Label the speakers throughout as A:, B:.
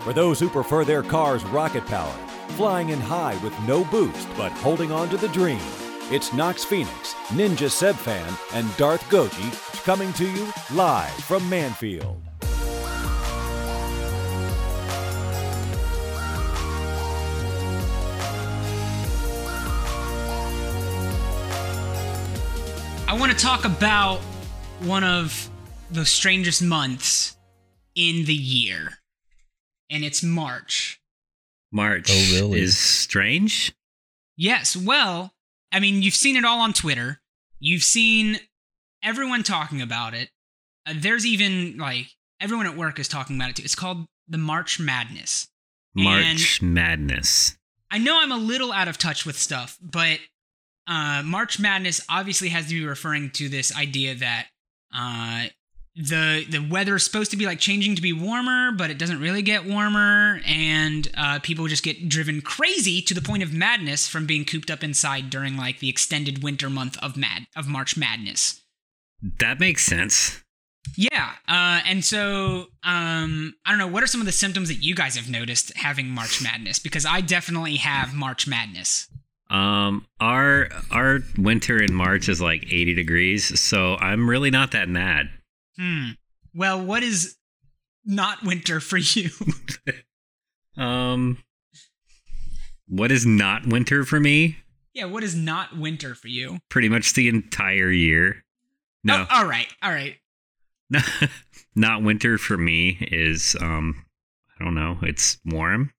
A: for those who prefer their cars rocket powered, flying in high with no boost but holding on to the dream. It's Knox Phoenix, Ninja Sebfan, and Darth Goji coming to you live from Manfield.
B: I want to talk about one of the strangest months in the year, and it's March.
C: March
D: Oh, really?
C: is strange.
B: Yes, well, I mean, you've seen it all on Twitter, you've seen everyone talking about it. Uh, there's even like everyone at work is talking about it too. It's called the March Madness.
C: March Madness.
B: I know I'm a little out of touch with stuff, but uh, March Madness obviously has to be referring to this idea that uh, the the weather is supposed to be like changing to be warmer, but it doesn't really get warmer, and uh, people just get driven crazy to the point of madness from being cooped up inside during like the extended winter month of mad of March Madness.
C: That makes sense.
B: Yeah, uh, and so um, I don't know. What are some of the symptoms that you guys have noticed having March Madness? Because I definitely have March Madness.
C: Um, our our winter in March is like 80 degrees, so I'm really not that mad.
B: Hmm. Well, what is not winter for you?
C: Um, what is not winter for me?
B: yeah, what is not winter for you?
C: Pretty much the entire year. No,
B: Oh, all right. All right.
C: no, not winter for me is um, I don't know. It's warm.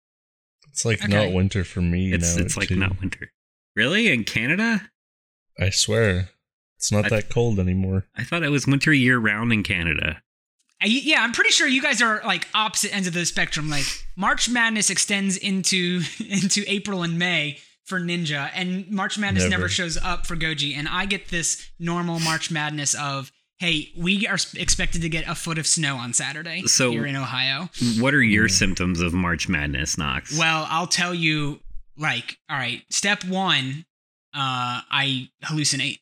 D: It's like
B: Okay.
D: not winter for me
C: It's
D: now.
C: it's like
D: too.
C: not winter. Really in Canada?
D: I swear, it's not
C: I-
D: that cold anymore.
C: I thought it was winter year round in Canada.
B: I, yeah, I'm pretty sure you guys are like opposite ends of the spectrum. Like March Madness extends into into April and May for Ninja, and March Madness never.
D: Never.
B: shows up for Goji. And I get this normal March Madness of, hey, we are s- expected to get a foot of snow on Saturday
C: So-
B: here in Ohio.
C: What are
D: Hmm.
C: your symptoms of March Madness, Knox?
B: Well, I'll tell you, like, all right, step one, uh, I hallucinate.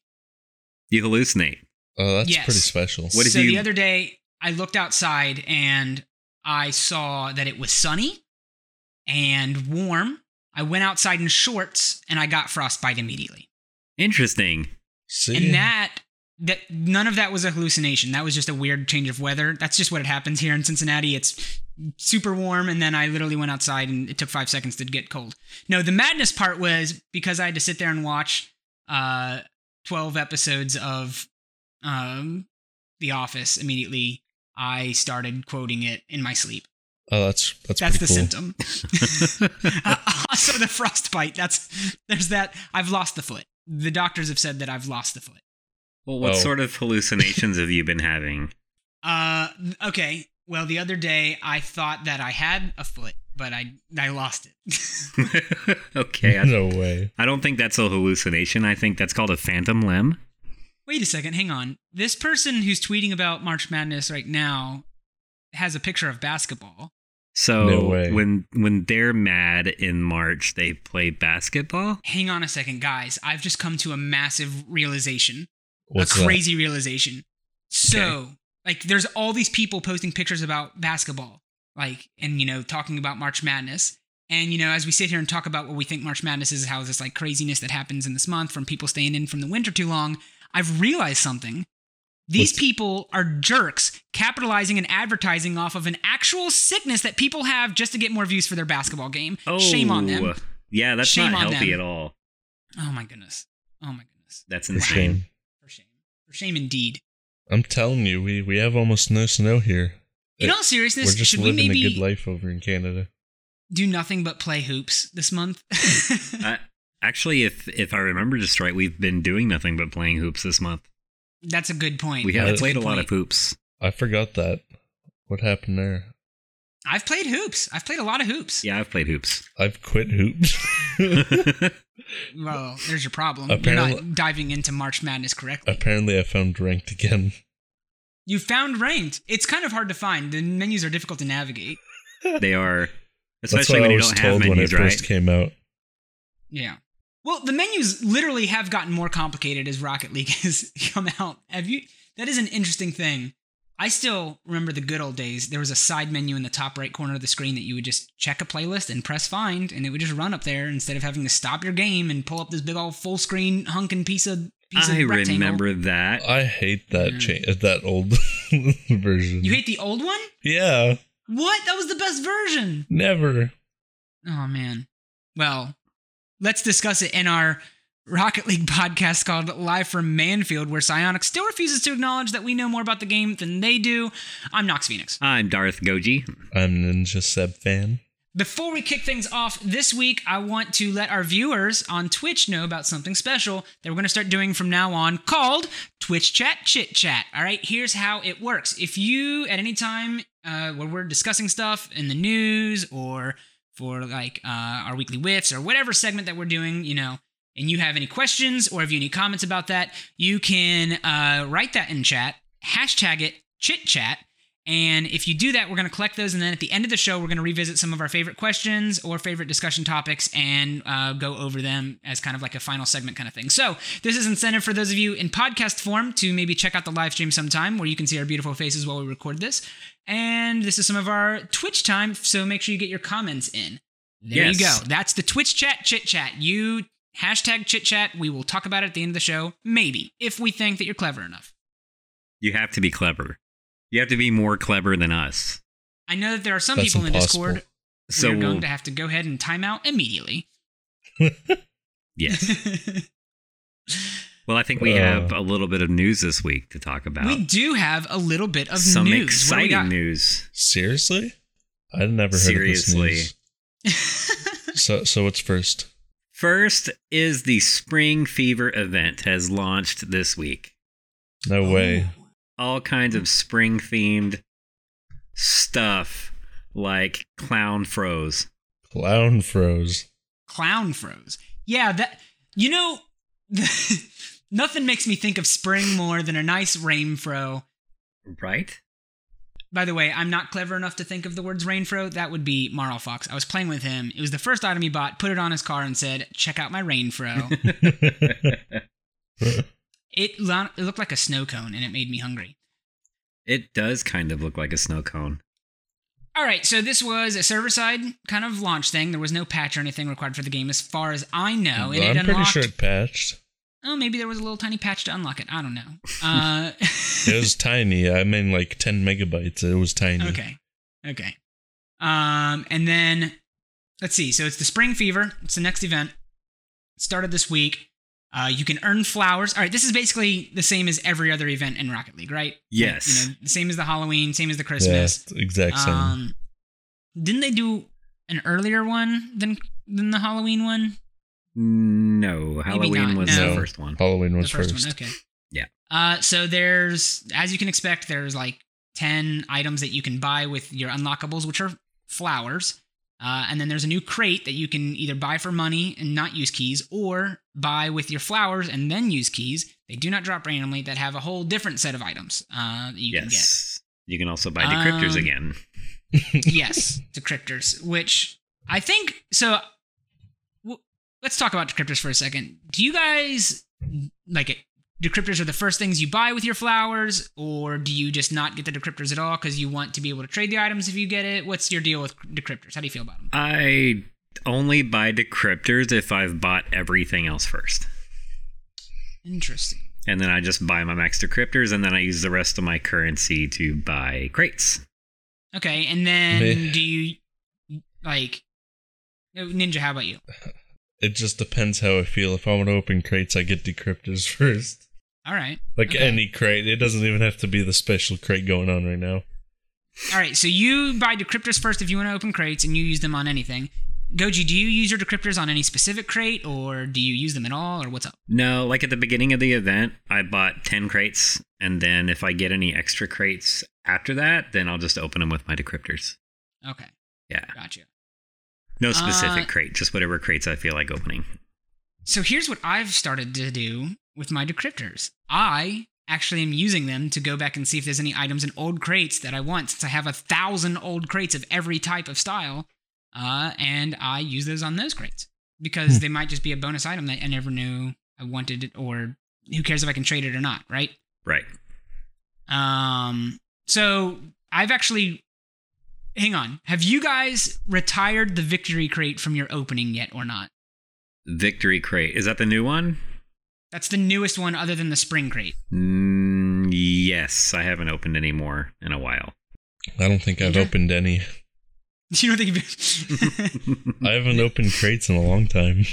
C: you hallucinate.
D: Oh, that's
B: Yes.
D: pretty special.
C: What did
B: so
C: you-
B: the other day, I looked outside and I saw that it was sunny and warm. I went outside in shorts and I got frostbite immediately.
C: Interesting.
D: See,
B: And that that none of that was a hallucination. That was just a weird change of weather. That's just what it happens here in Cincinnati. It's super warm and then I literally went outside and it took 5 seconds to get cold. No, the madness part was because I had to sit there and watch uh 12 episodes of um The Office immediately. I started quoting it in my sleep.
D: oh, that's that's,
B: That's,
D: pretty
B: the
D: cool.
B: symptom. also the frostbite. That's there's that I've lost the foot. The doctors have said that I've lost the foot.
C: Well, what
D: Oh.
C: sort of hallucinations have you been having?
B: Uh, okay. Well, the other day I thought that I had a foot, but I I lost it.
C: okay. I,
D: No way.
C: I don't think that's a hallucination. I think that's called a phantom limb.
B: Wait a second, hang on. This person who's tweeting about March Madness right now has a picture of basketball.
C: So
D: No way.
C: when when they're mad in March, they play basketball.
B: Hang on a second, guys. I've just come to a massive realization.
D: What's
B: a
D: that?
B: crazy realization. So, like, there's all these people posting pictures about basketball, like, and, you know, talking about March Madness. And, you know, as we sit here and talk about what we think March Madness is, how this, like, craziness that happens in this month from people staying in from the winter too long, I've realized something. These
D: What's-
B: people are jerks capitalizing and advertising off of an actual sickness that people have just to get more views for their basketball game.
C: Oh,
B: Shame on them.
C: Yeah, that's
B: Shame
C: not
B: on
C: healthy
B: them.
C: at all.
B: Oh, my goodness. Oh, my goodness.
C: That's
D: It's a
C: insane.
D: shame.
B: For shame. For shame indeed.
D: I'm telling you, we we have almost no snow here.
B: In
D: It-
B: all seriousness,
D: We're just
B: should we
D: living
B: maybe
D: a good life over in Canada.
B: do nothing but play hoops this month.
C: I, actually, if if I remember just right, we've been doing nothing but playing hoops this month.
B: That's a good point.
C: We have
B: That's
C: played a
B: good
C: lot of
B: point.
C: hoops.
D: I forgot that. What happened there?
B: I've played hoops. I've played a lot of hoops.
C: Yeah, I've played hoops.
D: I've quit hoops.
B: Well, there's your problem. You're
D: Apparently-
B: not diving into March Madness correctly.
D: Apparently, I found ranked again.
B: you found ranked. It's kind of hard to find. The menus are difficult to navigate.
C: they are,
D: That's what
C: especially
D: I
C: when you
D: was
C: don't have
D: told when it
C: menus, right?
D: first came out.
B: Yeah. Well, the menus literally have gotten more complicated as Rocket League has come out. Have you? That is an interesting thing. I still remember the good old days. There was a side menu in the top right corner of the screen that you would just check a playlist and press find, and it would just run up there instead of having to stop your game and pull up this big old full screen hunkin' piece of piece
C: I
B: of rectangle.
C: remember that.
D: I hate that
B: Yeah.
D: cha- that old version.
B: You hate the old one?
D: yeah,
B: What? That was the best version.
D: never.
B: Oh man. Well, let's discuss it in our Rocket League podcast called Live from Manfield, where Psionic still refuses to acknowledge that we know more about the game than they do. I'm Nox Phoenix.
C: I'm Darth Goji.
D: I'm Ninja Seb fan.
B: Before we kick things off this week, I want to let our viewers on Twitch know about something special that we're going to start doing from now on called Twitch Chat Chit Chat. All right, here's how it works. If you, at any time uh, where we're discussing stuff in the news or for like uh, our weekly whiffs or whatever segment that we're doing, you know, and you have any questions or if you have any comments about that, you can uh, write that in chat, hashtag it chit chat. And if you do that, we're going to collect those. And then at the end of the show, we're going to revisit some of our favorite questions or favorite discussion topics and uh, go over them as kind of like a final segment kind of thing. So this is incentive for those of you in podcast form to maybe check out the live stream sometime where you can see our beautiful faces while we record this. And this is some of our Twitch time. So make sure you get your comments in. There you
C: Yes.
B: go. That's the Twitch chat chit chat. You hashtag chit chat. We will talk about it at the end of the show, maybe, if we think that you're clever enough.
C: You have to be clever. You have to be more clever than us.
B: I know that there are some
D: That's
B: people
D: impossible.
B: in Discord
C: So
B: we're
C: we'll,
B: going to have to go ahead and time out immediately.
C: yes. Well, I think we
D: Uh.
C: have a little bit of news this week to talk about.
B: we do have a little bit of
C: Some
B: news. What do we
C: exciting
B: got?
C: news.
D: Seriously, I never heard
C: Seriously.
D: of this news. So, so what's first?
C: First is the Spring Fever event has launched this week.
D: No way.
B: Oh.
C: all kinds of spring themed stuff like clown froze.
D: Clown froze.
B: Clown froze. Yeah, that you know, nothing makes me think of spring more than a nice rain fro.
C: Right?
B: By the way, I'm not clever enough to think of the words rain fro. That would be Marl Fox. I was playing with him. It was the first item he bought. Put it on his car and said, "Check out my rain fro." it, lo- it looked like a snow cone, and it made me hungry.
C: It does kind of look like a snow cone.
B: All right, so this was a server side kind of launch thing. There was no patch or anything required for the game, as far as I know. And
D: I'm
B: it
D: pretty
B: unlocked.
D: sure it patched.
B: Oh, maybe there was a little tiny patch to unlock it. I don't know. Uh,
D: It was tiny. I mean, like 10 megabytes. It was tiny.
B: okay, okay. Um, and then let's see. So it's the Spring Fever. It's the next event. It started this week. Uh, you can earn flowers. All right, this is basically the same as every other event in Rocket League, right?
C: Yes.
B: You know, the same as the Halloween, same as the
D: Yeah,
B: Christmas.
D: it's the exact same.
B: Um, didn't they do an earlier one than than the Halloween one?
C: No, Halloween
B: not,
C: was
B: no.
C: the first one.
D: Halloween was
B: the first,
D: first.
B: one. Okay.
C: Yeah.
B: Uh, so there's, as you can expect, there's like ten items that you can buy with your unlockables, which are flowers. Uh, and then there's a new crate that you can either buy for money and not use keys, or buy with your flowers and then use keys. They do not drop randomly. That have a whole different set of items uh, that you can get.
C: yes. You can also buy decryptors
B: Um,
C: again.
B: yes, decryptors, which I think so. W- let's talk about decryptors for a second. Do you guys like it? Decryptors are the first things you buy with your flowers, or do you just not get the decryptors at all because you want to be able to trade the items if you get it? What's your deal with decryptors? How do you feel about them?
C: I only buy decryptors if I've bought everything else first.
B: Interesting.
C: And then I just buy my max decryptors and then I use the rest of my currency to buy crates.
B: Okay, and then
D: Meh.
B: do you like no, Ninja? How about you?
D: It just depends how I feel. If I want to open crates, I get decryptors first.
B: All right,
D: Like
B: Okay.
D: any crate. It doesn't even have to be the special crate going on right now.
B: all right. So you buy decryptors first if you want to open crates, and you use them on anything. Goji, do you use your decryptors on any specific crate, or do you use them at all, or what's up?
C: No, like at the beginning of the event, I bought 10 crates. And then if I get any extra crates after that, then I'll just open them with my decryptors.
B: Okay,
C: Yeah.
B: gotcha.
C: No specific
B: Uh,
C: crate, just whatever crates I feel like opening.
B: So here's what I've started to do with my decryptors. I actually am using them to go back and see if there's any items in old crates that I want, since I have a thousand old crates of every type of style, uh, and I use those on those crates because they might just be a bonus item that I never knew I wanted, or who cares if I can trade it or not, right?
C: Right.
B: Um, So I've actually. Hang on. Have you guys retired the victory crate from your opening yet or not?
C: Victory crate. Is that the new one?
B: That's the newest one other than the spring crate.
C: Mm, yes, I haven't opened any more in a while.
D: I don't think I've
B: Okay.
D: opened any.
B: You don't think you've
D: I haven't opened crates in a long time.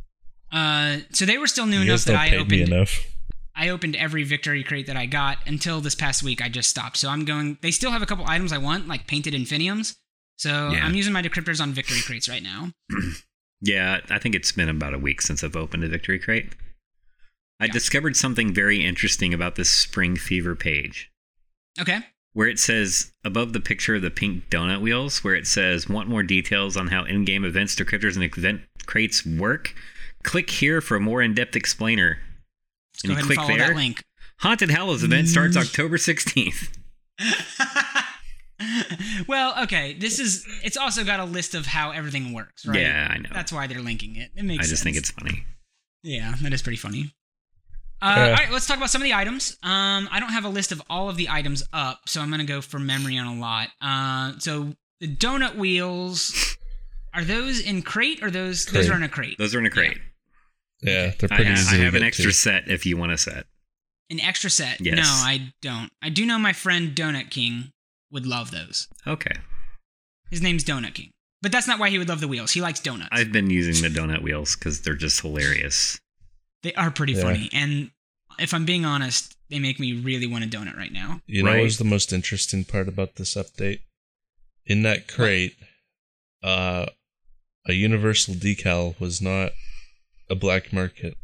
B: uh, so they were still new
D: you
B: enough
D: guys don't
B: that I
D: pay me
B: opened
D: enough.
B: I opened every victory crate that I got until this past week I just stopped. So I'm going they still have a couple items I want, like painted infiniums. So
C: Yeah.
B: I'm using my decryptors on victory crates right now.
C: Yeah, I think it's been about a week since I've opened a victory crate. I
B: Yeah.
C: discovered something very interesting about this spring fever page
B: Okay.
C: where it says above the picture of the pink donut wheels where it says want more details on how in-game events decryptors and event crates work click here for a more in-depth explainer
B: Let's go
C: And you
B: ahead and
C: click
B: follow
C: there?
B: that link.
C: haunted hallows event starts
B: Mm.
C: october 16th
B: well, okay. This is it's also got a list of how everything works, right?
C: yeah i know
B: That's why they're linking it. It makes
C: i just think
B: sense.
C: it's funny
B: Yeah, that is pretty funny. Uh,
D: Yeah.
B: all right, let's talk about some of the items. Um, I don't have a list of all of the items up, so I'm gonna go from memory on a lot. Uh, so the donut wheels are those in crate or those those
D: Crate.
B: are in a crate?
C: those are in a crate
D: Yeah, they're
C: I,
D: pretty
C: I
D: easy. to
C: have an
D: get
C: extra
D: to.
C: set if you want a set
B: An extra set?
C: Yes.
B: No, I don't. I do know my friend Donut King would love those.
C: okay
B: His name's Donut King, but that's not why he would love the wheels. He likes donuts.
C: i've been using the donut wheels because they're just hilarious
B: they are pretty
D: Yeah.
B: funny, and if I'm being honest, they make me really want a donut right now.
D: You know
C: Right.
D: what was the most interesting part about this update? In that crate, uh, a universal decal was not a black market.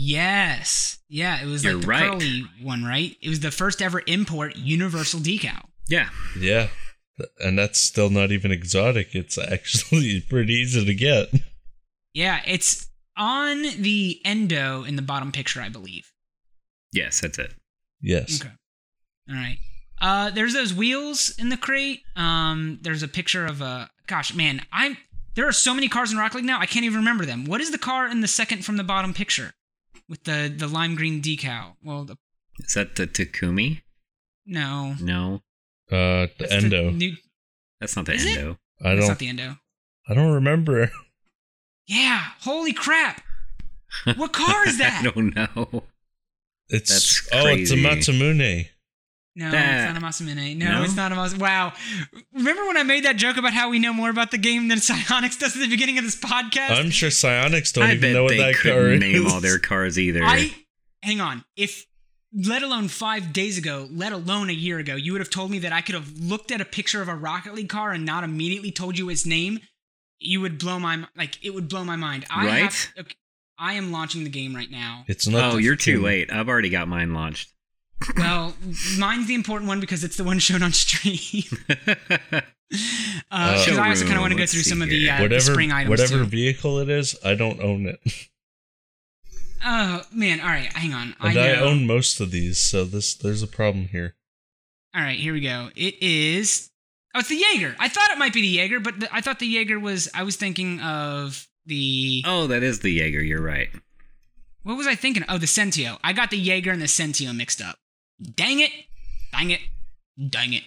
B: Yes. Yeah, it was
C: You're
B: like the
C: right.
B: curly one, right? It was the first ever import universal decal.
C: yeah
D: Yeah. Th- And that's still not even exotic. It's actually pretty easy to get.
B: Yeah, it's on the endo in the bottom picture, I believe.
C: yes that's it
D: Yes.
B: Okay. All right. Uh there's those wheels in the crate. Um there's a picture of a gosh, man, I'm there are so many cars in Rock League now. I can't even remember them. What is the car in the second from the bottom picture with the the lime green decal? Well, the,
C: Is that the Takumi?
B: no.
C: No,
D: Uh, the
B: That's
D: endo.
B: new-
C: that's not the
B: Is it?
C: endo.
D: I
B: that's
D: don't.
B: not the endo.
D: I don't remember.
B: Yeah, holy crap. What car is that?
C: I don't know.
D: It's
C: That's
D: oh, it's a
C: crazy.
D: Matsumune.
B: No,
C: That-
B: it's not a Masamune. No,
C: No?
B: it's not a Mas. Wow. Remember when I made that joke about how we know more about the game than Psyonix does at the beginning of this podcast?
D: I'm sure Psionics don't
C: I
D: even
C: bet
D: know what
C: they
D: that car
C: couldn't
D: is.
C: name all their cars either.
B: I hang on. If let alone five days ago, let alone a year ago, you would have told me that I could have looked at a picture of a Rocket League car and not immediately told you its name. You would blow my mi- like it would blow my mind. I
C: Right?
B: have- okay, I am launching the game right now.
D: It's not.
C: oh,
D: the
C: you're too
D: thing.
C: late. I've already got mine launched.
B: well, mine's the important one because it's the one shown on stream. Uh, 'cause I also kind of want to go
C: Let's
B: through
C: see
B: some of the,
C: here.
B: uh, the
D: Whatever,
B: spring items.
D: whatever
B: Too.
D: vehicle it is, I don't own it,
B: Oh man! All right, hang on. I
D: and I,
B: know.
D: own most of these. So this, there's a problem here.
B: All right, here we go. It is. Oh, it's the Jaeger. I thought it might be the Jaeger, but the, I thought the Jaeger was. I was thinking of the.
C: oh, that is the Jaeger. You're right.
B: What was I thinking? Oh, the Sentio. I got the Jaeger and the Sentio mixed up. Dang it! Dang it! Dang it!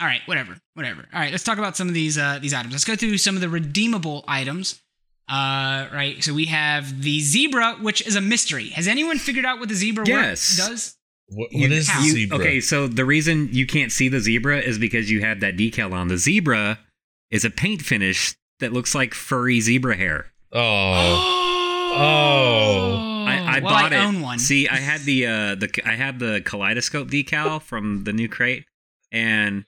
B: All right, whatever, whatever. All right, let's talk about some of these uh, these items. Let's go through some of the redeemable items. Uh, right. So we have the zebra, which is a mystery. Has anyone figured out what the zebra work-
C: Yes.
B: does?
D: What,
C: You-
D: what is the
B: how?
C: you-
D: zebra?
C: Okay, so the reason you can't see the zebra is because you have that decal on. The zebra is a paint finish that looks like furry zebra hair.
D: Oh, Oh.
C: I, I
B: well,
C: bought
B: I
C: it.
B: own one.
C: See, I had the uh, the I had the kaleidoscope decal from the new crate, and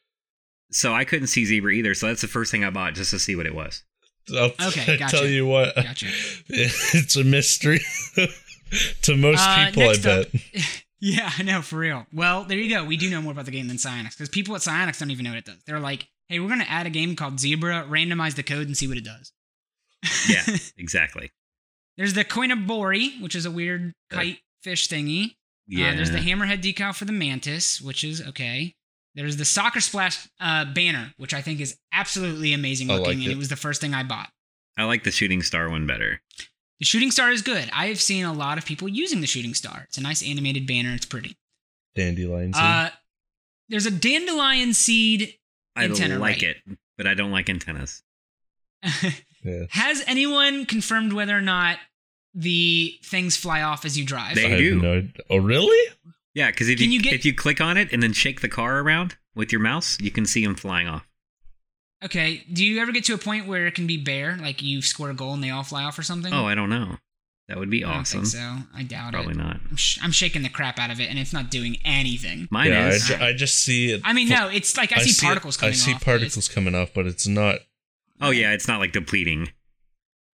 C: so I couldn't see zebra either. So that's the first thing I bought just to see what it was.
D: I'll
B: Okay,
D: I
B: gotcha.
D: tell you what,
B: Gotcha.
D: it's a mystery to most
B: Uh,
D: people. I
B: next up-
D: bet.
B: Yeah, I know, for real. Well, there you go. We do know more about the game than Psyonix because people at Psyonix don't even know what it does. They're like, hey, we're going to add a game called Zebra, randomize the code, and see what it does.
C: Yeah, exactly.
B: There's the Koinobori, which is a weird
D: Uh,
B: kite fish thingy.
C: Yeah,
B: Uh, there's the hammerhead decal for the mantis, which is okay. There's the soccer splash uh, banner, which I think is absolutely amazing
D: I
B: looking,
D: like
B: and
D: it.
B: it was the first thing I bought.
C: I like the shooting star one better.
B: The shooting star is good. I have seen a lot of people using the shooting star. It's a nice animated banner. It's pretty.
D: Dandelions.
B: Uh, There's a dandelion seed.
C: I
B: Antenna,
C: like
B: right.
C: it, but I don't like antennas.
D: Yeah.
B: Has anyone confirmed whether or not the things fly off as you drive?
C: They
D: I have
C: do.
D: no- oh, really?
C: Yeah, because if
B: Can
C: you,
B: you get-
C: if you click on it and then shake the car around with your mouse, you can see them flying off.
B: okay. Do you ever get to a point where it can be bare, like you score a goal and they all fly off or something?
C: Oh, I don't know. That would be
B: I don't
C: awesome.
B: think so. I doubt
C: Probably
B: it.
C: not.
B: I'm, sh- I'm shaking the crap out of it, and it's not doing anything.
C: Mine
D: yeah, I
C: is.
D: ju- I, just see it.
B: I mean,
D: fl-
B: no, it's like I, see,
D: it-
B: particles coming
D: I
B: off.
D: see
B: but it's-
D: particles coming off, but it's not.
C: oh yeah, it's not like depleting.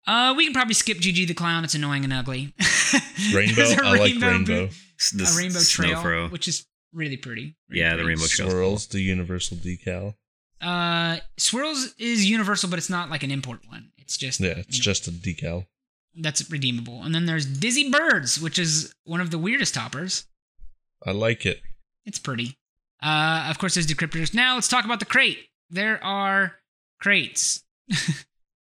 B: Uh, we can probably skip GG the clown. It's annoying and ugly.
D: Rainbow.
B: There's a
D: I like
B: rainbow
D: rainbow.
B: boot-
C: S- The
B: a
C: s-
B: rainbow
C: snow
B: trail,
C: throw.
B: which is really pretty. Really
C: Yeah, the
B: pretty.
C: rainbow trail.
D: Swirls, the universal decal.
B: Uh, swirls is universal, but it's not like an import one. It's just
D: Yeah, it's
B: you know,
D: just a decal.
B: that's redeemable. And then there's dizzy birds, which is one of the weirdest toppers.
D: I like it.
B: It's pretty. Uh, of course, there's decryptors. Now let's talk about the crate. There are crates.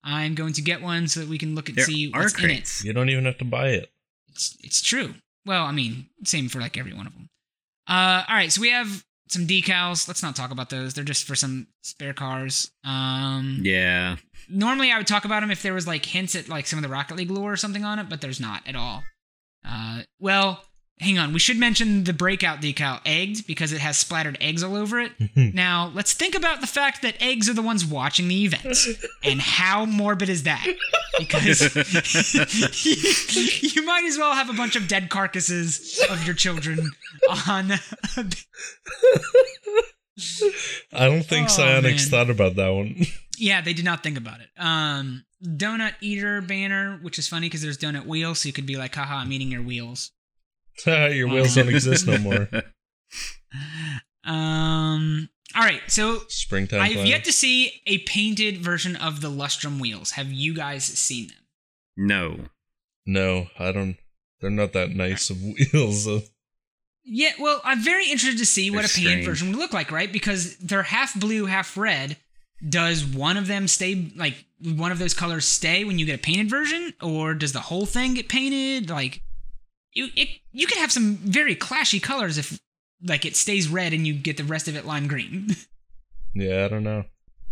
B: I'm going to get one so that we can look and
C: There
B: see
C: are
B: what's
C: crates.
B: in it.
D: You don't even have to buy it.
B: It's it's true. Well, I mean, same for like every one of them. Uh, all right, so we have some decals. Let's not talk about those. They're just for some spare cars. Um,
C: Yeah,
B: normally I would talk about them if there was like hints at like some of the Rocket League lore or something on it, but there's not at all. Uh, well, hang on. We should mention the breakout decal, egged, because it has splattered eggs all over it. now, let's think about the fact that eggs are the ones watching the events, and how morbid is that? Because you, you might as well have a bunch of dead carcasses of your children on.
D: I don't think
B: Oh,
D: Psionics
B: man.
D: thought about that one.
B: Yeah, they did not think about it. Um, donut eater banner, which is funny because there's donut wheel, so you could be like, haha, I'm eating your wheels.
D: Your wheels don't exist no more.
B: Um, all right, so
D: Springtime.
B: I have
D: planning.
B: yet to see a painted version of the Lustrum wheels. Have you guys seen them?
C: no.
D: No, I don't. They're not that nice of wheels. uh,
B: Yeah, well, I'm very interested to see what
C: They're
B: a painted
C: strange.
B: version would look like, right? Because they're half blue, half red. Does one of them stay like one of those colors stay when you get a painted version, or does the whole thing get painted? Like, you it, you could have some very clashy colors if like it stays red and you get the rest of it lime green.
D: Yeah, I don't know.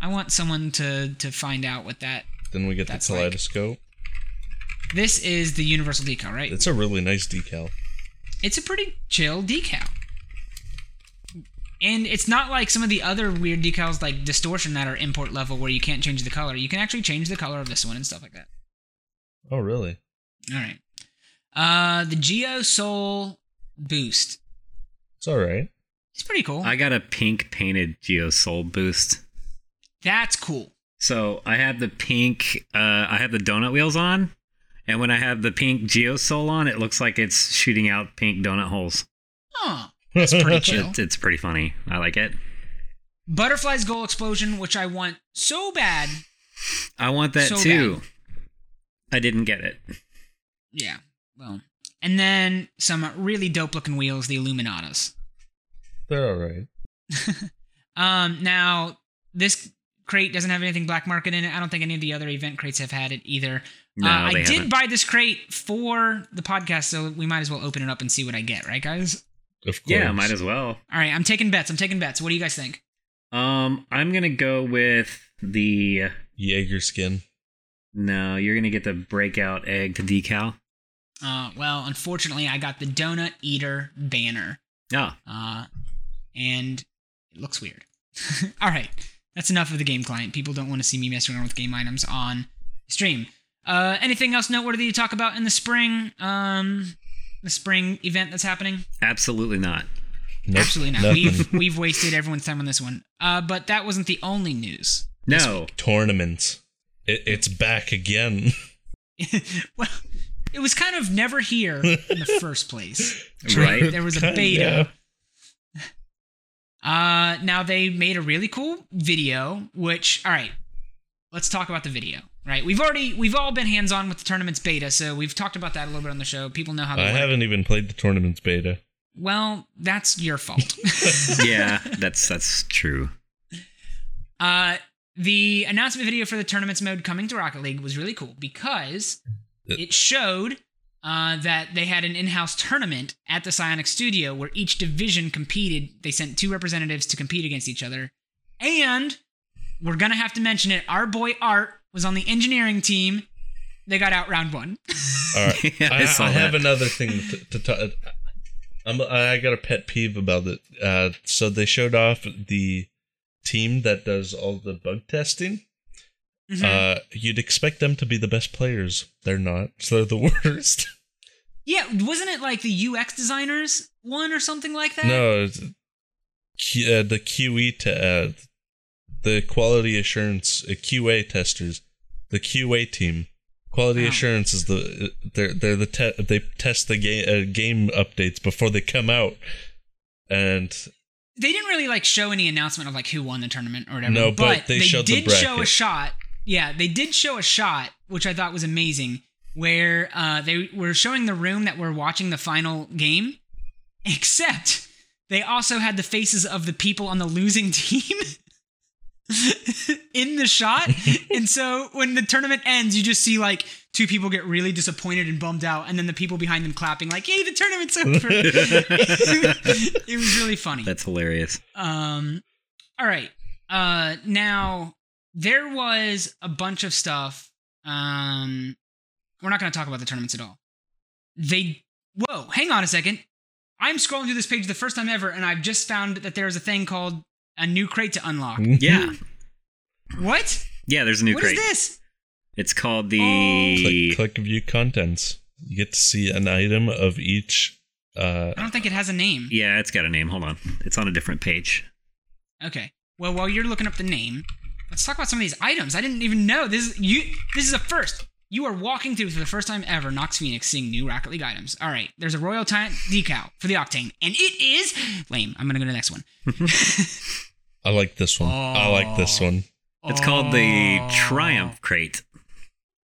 B: I want someone to to find out what that.
D: Then we get
B: That's
D: the
B: like-
D: kaleidoscope.
B: This is the universal decal, right?
D: It's a really nice decal.
B: it's a pretty chill decal. And it's not like some of the other weird decals like distortion that are import level where you can't change the color. You can actually change the color of this one and stuff like that.
D: Oh, really?
B: All right. Uh the Geo Soul Boost.
D: It's all right.
B: It's pretty cool.
C: I got a pink painted Geo Soul boost.
B: That's cool.
C: So I have the pink. Uh, I have the donut wheels on, and when I have the pink Geo Soul on, it looks like it's shooting out pink donut holes.
B: Huh. That's pretty chill.
C: It's, it's pretty funny. I like it.
B: Butterfly's Goal Explosion, which I want so bad.
C: I want that
B: So
C: too. I didn't get it.
B: Yeah. Well. And then some really dope looking wheels, the Illuminatas.
D: They're all right.
B: Um, now this crate doesn't have anything black market in it. I don't think any of the other event crates have had it either.
C: No,
B: uh, I
C: they
B: did
C: haven't.
B: buy this crate for the podcast, so we might as well open it up and see what I get, right, guys?
D: Of course.
C: Yeah, might as well.
B: All right, I'm taking bets. I'm taking bets. What do you guys think?
C: Um, I'm gonna go with the.
D: Jaeger skin.
C: No, you're gonna get the breakout egg to decal.
B: Uh, well, unfortunately, I got the donut eater banner,
C: Ah,
B: uh, and it looks weird. All right, that's enough of the game client. People don't want to see me messing around with game items on stream. Uh, anything else noteworthy to talk about in the spring? Um, the spring event that's happening.
C: absolutely not.
D: Nope,
B: Absolutely not.
D: nothing.
B: We've we've wasted everyone's time on this one. Uh, but that wasn't the only news.
C: No,
D: Tournaments. It, it's back again.
B: well, it was kind of never here in the first place.
C: right?
B: There was a
D: Kinda.
B: beta. Uh, now they made a really cool video. Which, all right, let's talk about the video. Right, we've already we've all been hands on with the tournament's beta, so we've talked about that a little bit on the show. People know how
D: I
B: they work.
D: haven't even played the tournament's beta.
B: Well, that's your fault.
C: yeah, that's that's true.
B: uh, the announcement video for the tournaments mode coming to Rocket League was really cool because it showed uh, that they had an in-house tournament at the Psionic Studio where each division competed. They sent two representatives to compete against each other, and we're gonna have to mention it. Our boy Art was on the engineering team. They got out round one.
D: All right.
C: Yeah, I
D: I,
C: saw
D: I have
C: that.
D: another thing to, to talk. I'm, I got a pet peeve about it. Uh, so they showed off the team that does all the bug testing.
C: Mm-hmm.
B: Mhm.
D: Uh, you'd expect them to be the best players. They're not. So they're the worst.
B: yeah, wasn't it like the UX designers one or something like that?
D: no, it's- Q, uh, the QE te- uh, the quality assurance uh, QA testers, the QA team. Quality
B: Wow.
D: assurance is the they're they're the te- they test the game uh, game updates before they come out, and
B: they didn't really like show any announcement of like who won the tournament or whatever.
D: No,
B: but,
D: but
B: they,
D: they showed the
B: did show a
D: bracket.
B: shot. Yeah, they did show a shot, which I thought was amazing, where uh, they were showing the room that we're watching the final game, except they also had the faces of the people on the losing team. in the shot and so when the tournament ends you just see like two people get really disappointed and bummed out and then the people behind them clapping like yay the tournament's over it was really funny
C: That's hilarious.
B: um, all right. Uh, now there was a bunch of stuff. Um, we're not going to talk about the tournaments at all. They. Whoa, hang on a second. I'm scrolling through this page the first time ever, and I've just found that there is a thing called a new crate to unlock.
C: Yeah.
B: What?
C: Yeah, there's a Mm. new
B: What is
C: crate.
B: this?
C: It's called the
B: Oh.
D: click, click view contents. You get to see an item of each. Uh,
B: I don't think it has a name.
C: Yeah, it's got a name. Hold on. It's on a different page.
B: Okay. Well, while you're looking up the name, let's talk about some of these items. I didn't even know this is you. This is a first. You are walking through for the first time ever Nox Phoenix seeing new Rocket League items. All right, there's a Royal Giant decal for the Octane, and it is lame. I'm gonna go to the next one.
D: I like this one. I like this one.
C: It's called
B: Oh.
C: the Triumph crate.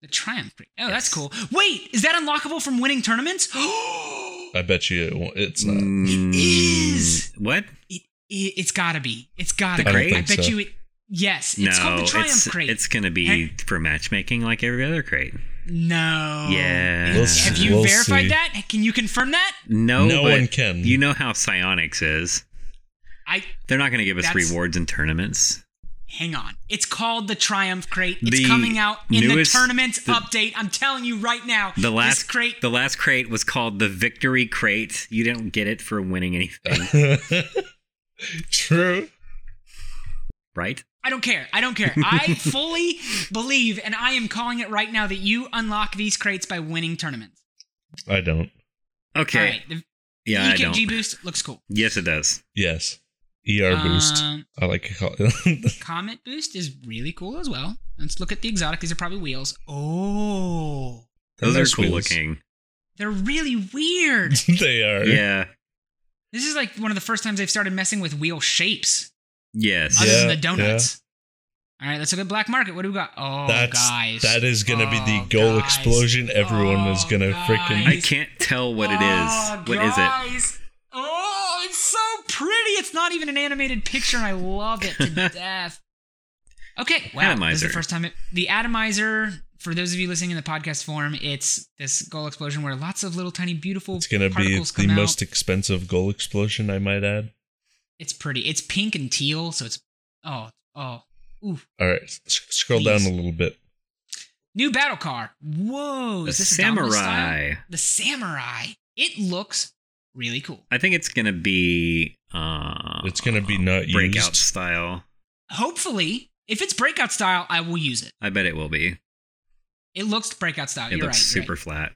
B: The Triumph. Crate. Oh, that's
C: Yes.
B: cool. Wait, is that unlockable from winning tournaments?
D: I bet you it won't- it's not.
C: Mm,
B: is.
C: What?
B: it, it, it's gotta be. It's gotta
C: The
B: be.
C: crate?
B: I bet
D: So.
B: you it. Yes,
C: No,
B: it's called the Triumph
C: it's,
B: Crate.
C: it's gonna be
B: And-
C: for matchmaking like every other crate.
B: no.
C: Yeah.
D: We'll see.
B: Have you
D: We'll
B: verified
D: see.
B: that? Can you confirm that?
C: No,
D: No
C: but
D: one can.
C: You know how psionics is.
B: I
C: They're not gonna give us
B: That's-
C: rewards in tournaments.
B: hang on. It's called the Triumph Crate. It's
C: The
B: coming out in
C: newest-
B: the tournaments
C: the-
B: update. I'm telling you right now.
C: The
B: this
C: last
B: crate.
C: the last crate was called the Victory Crate. You didn't get it for winning anything,
D: True.
C: right?
B: I don't care. I don't care. I fully believe, and I am calling it right now that you unlock these crates by winning tournaments.
D: I don't.
C: Okay.
B: All right. The
C: Yeah, I
B: EKG
C: don't.
B: boost looks cool.
C: Yes, it does.
D: Yes. ER boost.
B: Um,
D: I like it. called-
B: Comet boost is really cool as well. Let's look at the exotic. These are probably wheels. Oh,
C: Those
D: Nice
C: are cool
D: wheels.
C: looking.
B: they're really weird.
D: they are.
C: Yeah.
B: this is like one of the first times they've started messing with wheel shapes.
C: Yes.
B: other
D: Yeah.
B: than the donuts. All right, let's look at black market. What do we got? Oh,
D: That's
B: guys,
D: that is gonna be the
B: Oh,
D: goal
B: guys.
D: explosion. Everyone is
B: Oh,
D: gonna
B: guys.
D: freaking.
C: I can't tell what it
B: Ah,
C: is. What is it?
B: it? Oh, it's so pretty. It's not even an animated picture, and I love it to death. Okay, wow, this is the
C: Atomizer.
B: first time. It, the atomizer. For those of you listening in the podcast form, it's this goal explosion where lots of little tiny beautiful
D: It's gonna be
B: particles
D: the
B: come out.
D: most expensive goal explosion. I might add.
B: It's pretty. It's pink and teal, so it's oh oh ooh
D: All right, s- scroll
B: Please.
D: down a little bit.
B: New battle car. Whoa,
C: The
B: is this a Domino style?
C: samurai.
B: The samurai. It looks really cool.
C: I think it's gonna be. Uh,
D: It's gonna be not
C: breakout
D: used.
C: style.
B: Hopefully, if it's breakout style, I will use it.
C: I bet it will be.
B: It looks breakout style.
C: It
B: You're
C: looks
B: right, you're
C: super
B: right.
C: flat.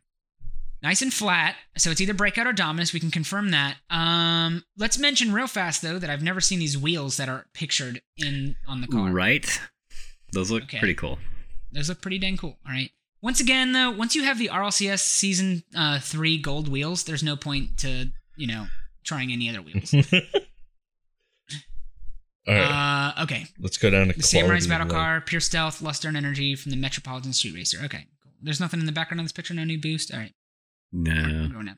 B: Nice and flat. So it's either breakout or dominus. We can confirm that. Um, let's mention real fast though that I've never seen these wheels that are pictured in on the car.
C: Right? Those look
B: Okay.
C: pretty cool.
B: Those look pretty dang cool. All right. Once again though, once you have the RLCS season uh, three gold wheels, there's no point to you know trying any other wheels.
D: All right,
B: Uh, okay.
D: let's go down to
B: The
D: quality
B: Samurai's Battle
D: level.
B: Car, Pure Stealth, Luster and Energy from the Metropolitan Street Racer. Okay, cool. There's nothing in the background on this picture, no new boost. All right, we're
C: No.
B: going now.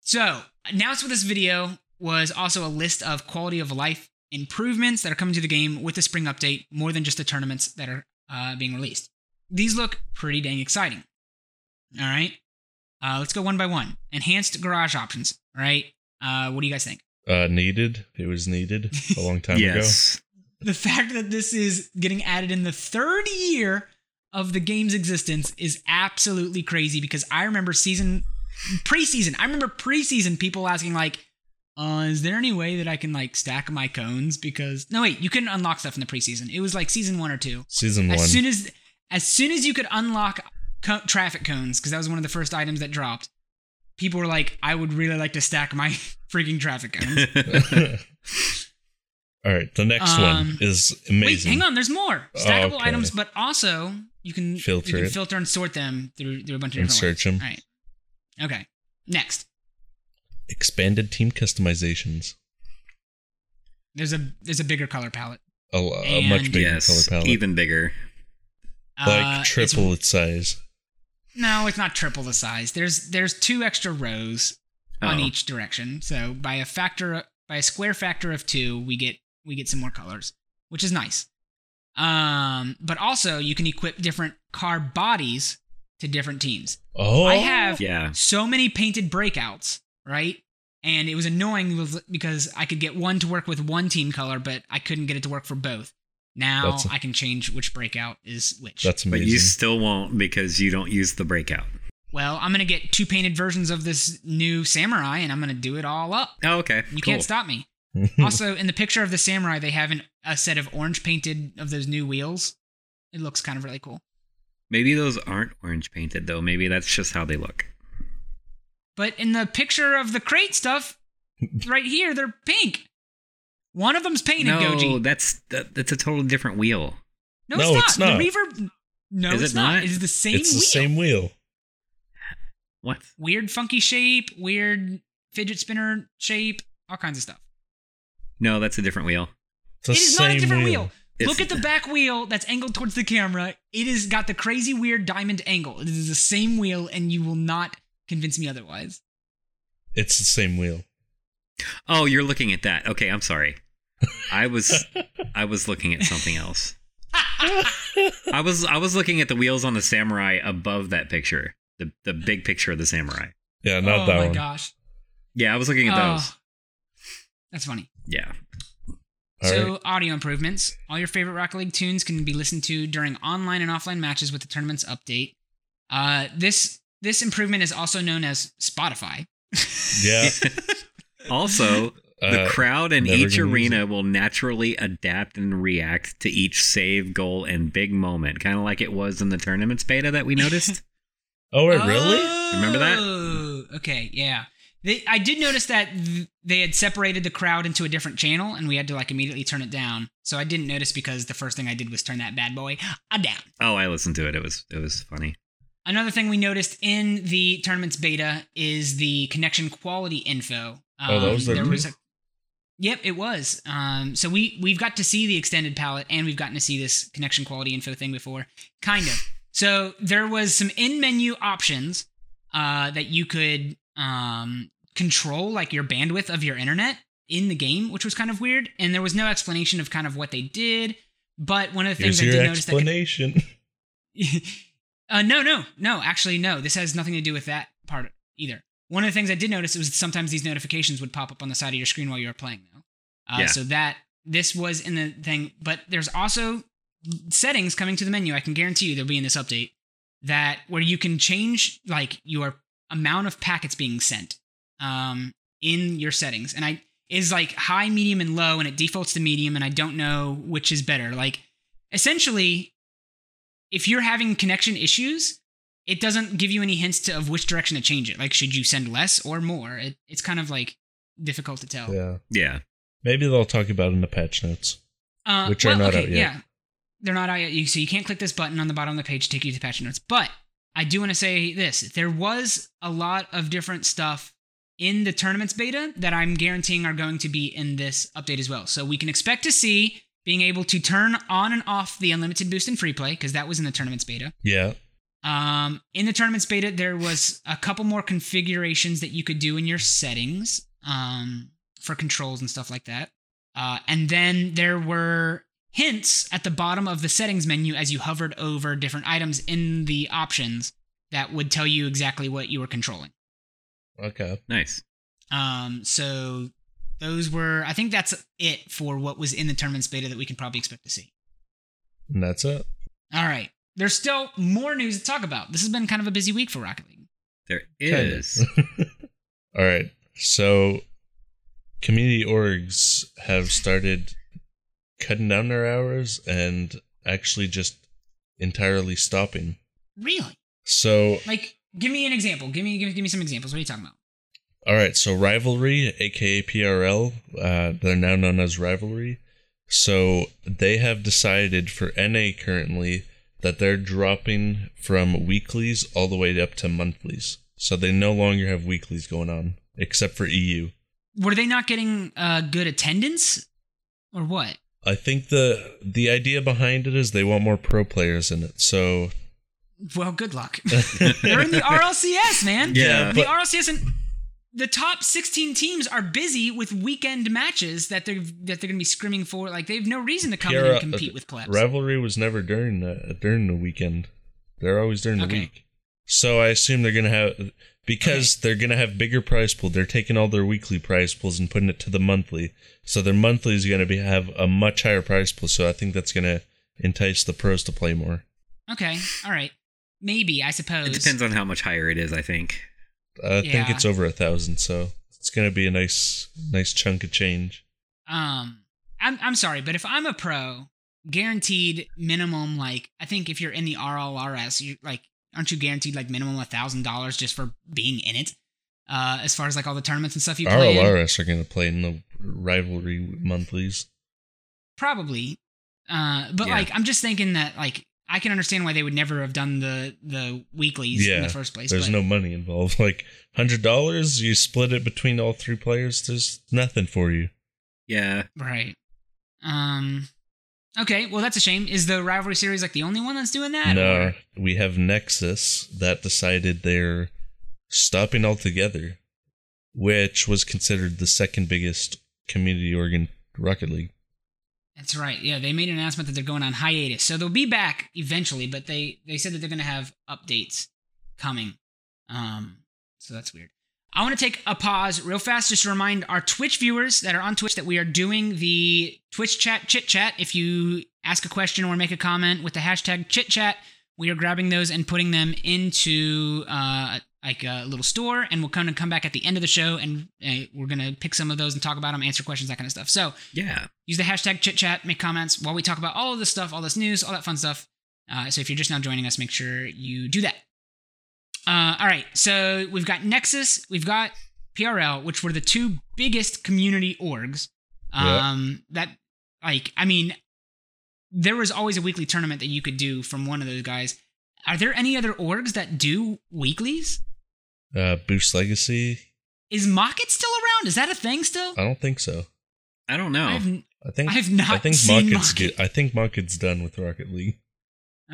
B: So, announced with this video was also a list of quality of life improvements that are coming to the game with the spring update, more than just the tournaments that are uh, being released. These look pretty dang exciting. All right. Uh, let's go one by one. Enhanced garage options. All right. Uh, what do you guys think?
D: Uh, needed. It was needed a long time
C: yes.
B: The fact that this is getting added in the third year of the game's existence is absolutely crazy because I remember season preseason. I remember preseason people asking like, uh, "Is there any way that I can like stack my cones?" Because no, wait, you couldn't unlock stuff in the preseason. It was like season one or two.
D: ago. Season one.
B: As soon as as soon as you could unlock co- traffic cones, because that was one of the first items that dropped, people were like, "I would really like to stack my freaking traffic cones."
D: All right, the next
B: Um,
D: one is amazing.
B: Wait, hang on. There's more
D: Oh,
B: stackable
D: okay.
B: items, but also you can
D: Filter
B: you can
D: it.
B: filter and sort them through through a bunch of
D: And
B: different
D: search
B: ways.
D: 'em.
B: All right. Okay. Next,
D: Expanded team customizations.
B: there's a there's a bigger color palette.
D: A, lo- a much
B: And-
D: bigger color
C: yes.
D: palette.
C: Even bigger.
B: Uh,
D: like
B: it's-
D: triple its size.
B: no, it's not triple the size. There's there's two extra rows on
C: Oh.
B: each direction. So by a factor by a square factor of 2, we get we get some more colors, which is nice. Um but also you can equip different car bodies to different teams.
D: Oh,
B: I have
C: Yeah.
B: so many painted breakouts, right? And it was annoying with- because I could get one to work with one team color, but I couldn't get it to work for both. Now
D: That's-
B: I can change which breakout is which.
D: that's
C: But
D: amazing.
C: you still won't because you don't use the breakout.
B: well, I'm going to get two painted versions of this new samurai and I'm going to do it all up.
C: Oh, okay.
B: You
C: cool. Hmm.
B: can't stop me. also, in the picture of the samurai, they have an, a set of orange painted of those new wheels. It looks kind of really cool.
C: Maybe those aren't orange painted though. Maybe that's just how they look.
B: But in the picture of the crate stuff, right here, they're pink. One of them's painted,
C: no,
B: Goji.
C: that's that, that's a totally different wheel.
B: No,
D: No,
B: it's,
D: it's
B: not.
D: not.
B: The reverb. No,
C: Is
B: it's
C: it
B: not.
C: not?
B: It's the same
D: it's
B: wheel.
D: the same wheel.
C: What?
B: Weird, funky shape. Weird fidget spinner shape. All kinds of stuff.
C: No, that's a different wheel.
D: It's the
B: it is
D: same
B: not a different wheel.
C: It's-
B: Look at the back wheel that's angled towards the camera. It has got the crazy weird diamond angle. It is the same wheel, and you will not convince me otherwise.
D: It's the same wheel.
C: Oh, you're looking at that. Okay, I'm sorry. I was I was looking at something else. I was I was looking at the wheels on the samurai above that picture. The the big picture of the samurai.
D: Yeah, not
B: oh
D: that
B: my
D: one.
B: gosh.
C: Yeah, I was looking at
B: Oh,
C: those.
B: That's funny.
C: Yeah.
D: All
B: so,
D: right.
B: audio improvements. All your favorite Rocket League tunes can be listened to during online and offline matches with the tournament's update. Uh, this this improvement is also known as Spotify.
D: Yeah.
C: Also, the
D: Uh,
C: crowd in
D: never
C: each
D: gonna use
C: arena will naturally adapt and react to each save, goal, and big moment, kind of like it was in the tournament's beta that we noticed.
D: Oh, wait, really?
C: Remember that?
B: that? Oh, Okay, yeah. They, I did notice that th- they had separated the crowd into a different channel, and we had to like immediately turn it down. So I didn't notice because the first thing I did was turn that bad boy uh, down.
C: oh, I listened to it. It was it was funny.
B: Another thing we noticed in the tournament's beta is the connection quality info. Um,
D: Oh, that was the-
B: there was a, Yep, it was. Um, so we we've got to see the extended palette, and we've gotten to see this connection quality info thing before, kind of. So there was some in-menu options uh, that you could um, control, like your bandwidth of your internet in the game, which was kind of weird. And there was no explanation of kind of what they did. But one of the things
D: Here's
B: I
D: your
B: did notice that could-
D: explanation.
B: uh, no, no, no. Actually, no. This has nothing to do with that part either. One of the things I did notice was sometimes these notifications would pop up on the side of your screen while you were playing, though. Uh,
C: Yeah.
B: So that this was in the thing, but there's also settings coming to the menu. I can guarantee you they'll be in this update that where you can change like your amount of packets being sent um, in your settings, and I is like high, medium, and low, and it defaults to medium, and I don't know which is better. Like essentially, if you're having connection issues, it doesn't give you any hints to of which direction to change it. Like, should you send less or more? It, it's kind of like difficult to tell.
D: yeah.
C: Yeah.
D: Maybe they'll talk about it in the patch notes.
B: Uh,
D: Which are not out yet.
B: Yeah, they're not out yet. You- So you can't click this button on the bottom of the page to take you to patch notes. But I do want to say this: there was a lot of different stuff in the tournaments beta that I'm guaranteeing are going to be in this update as well. So we can expect to see being able to turn on and off the unlimited boost and free play because that was in the tournaments beta.
D: Yeah.
B: Um, in the tournament's beta, there was a couple more configurations that you could do in your settings um, for controls and stuff like that. Uh, and then there were hints at the bottom of the settings menu as you hovered over different items in the options that would tell you exactly what you were controlling.
D: Okay.
C: Nice.
B: Um, so those were, I think that's it for what was in the tournament's beta that we could probably expect to see.
D: And that's it.
B: All right. There's still more news to talk about. This has been kind of a busy week for Rocket League.
C: There
D: Kinda.
C: is.
D: All right. So community orgs have started cutting down their hours and actually just entirely stopping.
B: Really?
D: So,
B: Like, give me an example. Give me, give, give me some examples. What are you talking about?
D: all right. So Rivalry, aka PRL, uh, they're now known as Rivalry. So they have decided for NA currently that they're dropping from weeklies all the way up to monthlies. So they no longer have weeklies going on, except for E EU.
B: Were they not getting uh, good attendance, or what?
D: I think the the idea behind it is they want more pro players in it. So
B: Well, good luck. They're in the RLCS, man.
C: Yeah.
B: The RLCS and the top 16 teams are busy with weekend matches that they're that they're going to be scrimming for. Like they've no reason to come in
D: Pierre-
B: and compete
D: uh,
B: with plebs.
D: Rivalry was never during the during the weekend. They're always during the
B: Okay.
D: week. So I assume they're gonna have because they're gonna have bigger prize pool. They're taking all their weekly prize pools and putting it to the monthly. So their monthly is gonna be have a much higher prize pool. So I think that's gonna entice the pros to play more.
B: okay, all right, maybe I suppose.
C: It depends on how much higher it is, I think.
D: I think
B: Yeah.
D: it's over a thousand. So it's gonna be a nice nice chunk of change.
B: Um, I'm I'm sorry, but if I'm a pro, guaranteed minimum like I think if you're in the RLRS, you like aren't you guaranteed like minimum a thousand dollars just for being in it? Uh, as far as like all the tournaments and stuff you play in?
D: RLRS are gonna play in the rivalry monthlies.
B: probably uh but
C: Yeah.
B: like i'm just thinking that like i can understand why they would never have done the the weeklies in the first place
D: There's
B: but
D: no money involved. Like hundred dollars, you split it between all three players. There's nothing for you.
C: Yeah.
B: right um okay well that's a shame is the rivalry series like the only one that's doing that
D: no,
B: or-
D: we have Nexus that decided they're stopping altogether, which was considered the second biggest community organ Rocket League.
B: that's right yeah they made an announcement that they're going on hiatus so they'll be back eventually but they they said that they're going to have updates coming um so that's weird I want to take a pause real fast just to remind our Twitch viewers that are on Twitch that we are doing the Twitch chat chit chat. If you ask a question or make a comment with the hashtag chit chat, we are grabbing those and putting them into uh, like a little store, and we'll kind of come back at the end of the show and uh, we're gonna pick some of those and talk about them, answer questions, that kind of stuff. So
C: Yeah.
B: use the hashtag chit chat, make comments while we talk about all of this stuff, all this news, all that fun stuff. Uh, so if you're just now joining us, make sure you do that. Uh, all right, so we've got Nexus, we've got PRL, which were the two biggest community orgs.
D: Yeah.
B: Um, That, like, I mean, there was always a weekly tournament that you could do from one of those guys. Are there any other orgs that do weeklies?
D: Uh, Boost Legacy?
B: Is Mocket still around? Is that a thing still?
D: I don't think so.
C: I don't know.
B: I've n-
D: I think
B: I've not
D: I think
B: seen
D: Mocket's
B: Mocket.
D: get- I think Mocket's done with Rocket League.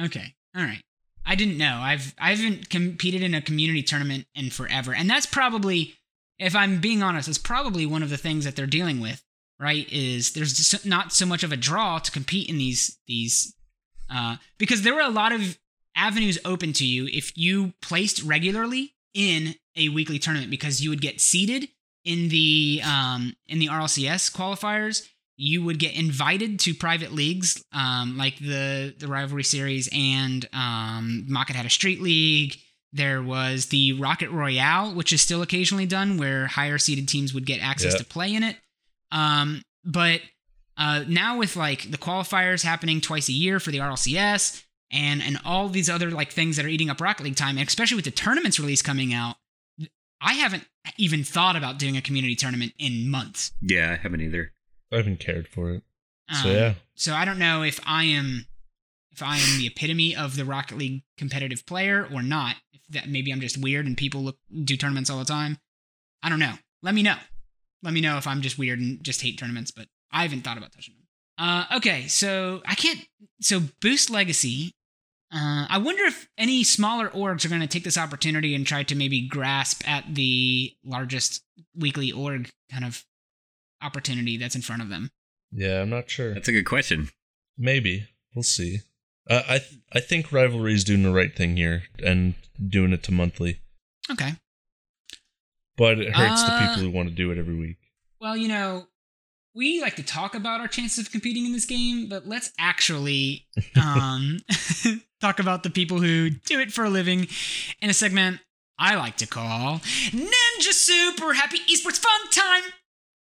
B: Okay. All right. I didn't know. I've I haven't competed in a community tournament in forever. And that's probably if I'm being honest, it's probably one of the things that they're dealing with, right? Is there's just not so much of a draw to compete in these these uh because there were a lot of avenues open to you if you placed regularly in a weekly tournament because you would get seeded in the um in the RLCS qualifiers you would get invited to private leagues um, like the the rivalry series and um, Mocket had a street league there was the rocket royale which is still occasionally done where higher seeded teams would get access
D: Yeah.
B: to play in it um, but uh, now with like the qualifiers happening twice a year for the rlcs and and all these other like things that are eating up rocket league time and especially with the tournaments release coming out i haven't even thought about doing a community tournament in months
C: yeah, I haven't either.
D: I haven't cared for it. So,
B: um,
D: yeah.
B: So I don't know if I am if I am the epitome of the Rocket League competitive player or not. If that maybe I'm just weird and people look do tournaments all the time. I don't know. Let me know. Let me know if I'm just weird and just hate tournaments, but I haven't thought about touching them. Uh, okay, so I can't. So Boost Legacy. Uh, I wonder if any smaller orgs are going to take this opportunity and try to maybe grasp at the largest weekly org kind of opportunity that's in front of them.
D: Yeah, I'm not sure.
C: That's a good question.
D: Maybe. We'll see. Uh, I th- I think Rivalry is doing the right thing here and doing it to monthly,
B: Okay.
D: but it hurts the
B: Uh,
D: people who want to do it every week.
B: Well, you know, we like to talk about our chances of competing in this game, but let's actually um, talk about the people who do it for a living in a segment I like to call Ninja Super Happy Esports Fun Time.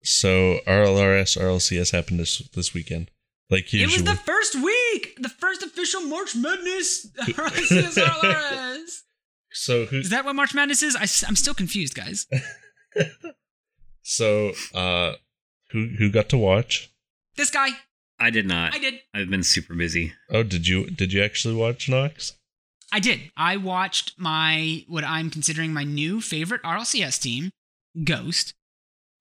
D: So RLRS RLCS happened this this weekend, like
B: It was
D: usual.
B: the first week, the first official March Madness. RSRS.
D: so who?
B: is that what March Madness is? I, am still confused, guys.
D: So uh, who who got to watch?
B: This guy,
C: I did not.
B: I did.
C: I've been super busy.
D: Oh, did you did you actually watch Knox?
B: I did. I watched my what I'm considering my new favorite RLCS team, Ghost,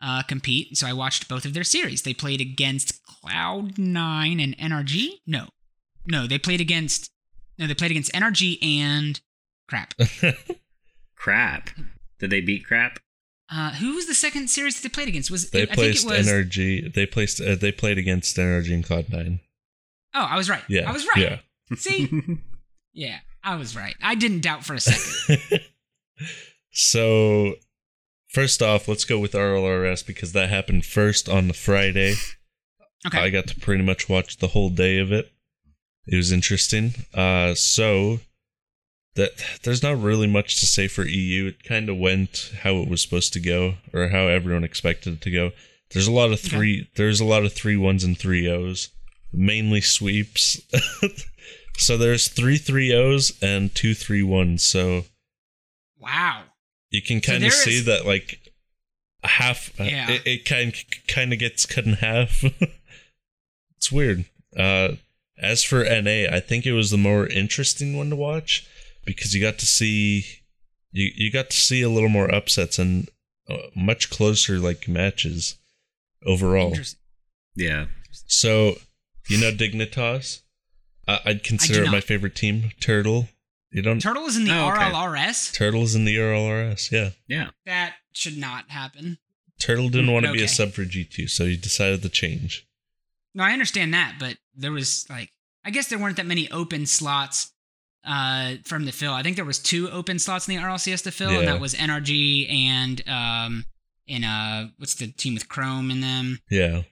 B: uh, compete. So I watched both of their series. They played against Cloud9 and NRG. No, no, they played against no, they played against NRG and crap.
C: Crap. Did they beat crap?
B: Uh, who was the second series that they played against? Was
D: They
B: I think it
D: placed
B: was?
D: energy. They placed. Uh, they played against energy and Cloud Nine.
B: oh, I was right.
D: Yeah,
B: I was right.
D: Yeah.
B: See, yeah, I was right. I didn't doubt for a second.
D: so first off, let's go with RLRS because that happened first on the Friday.
B: Okay.
D: I got to pretty much watch the whole day of it. It was interesting. Uh, so that there's not really much to say for EU. It kind of went how it was supposed to go, or how everyone expected it to go. There's a lot of
B: Okay.
D: three. There's a lot of three ones and three O's, mainly sweeps. so there's three three O's and two three ones. So
B: wow.
D: you can
B: So
D: kind
B: there
D: of see
B: is-
D: that like a half uh,
B: Yeah.
D: it, it kind kind of gets cut in half it's weird uh as for na i think it was the more interesting one to watch because you got to see you you got to see a little more upsets and uh, much closer like matches overall
B: Interesting.
C: yeah.
D: so you know dignitas I i'd consider it
B: not.
D: my favorite team turtle you don't
B: Turtle is in the
C: Oh, okay.
B: RLRS.
D: turtles in the rlrs yeah
C: Yeah.
B: That should not happen.
D: Turtle didn't want to be
B: Okay.
D: a sub for G2, so he decided to change.
B: No, I understand that, but there was like I guess there weren't that many open slots uh from the fill. I think there was two open slots in the RLCS to fill, and
D: Yeah.
B: that was NRG and um in uh what's the team with Chrome in them?
D: Yeah.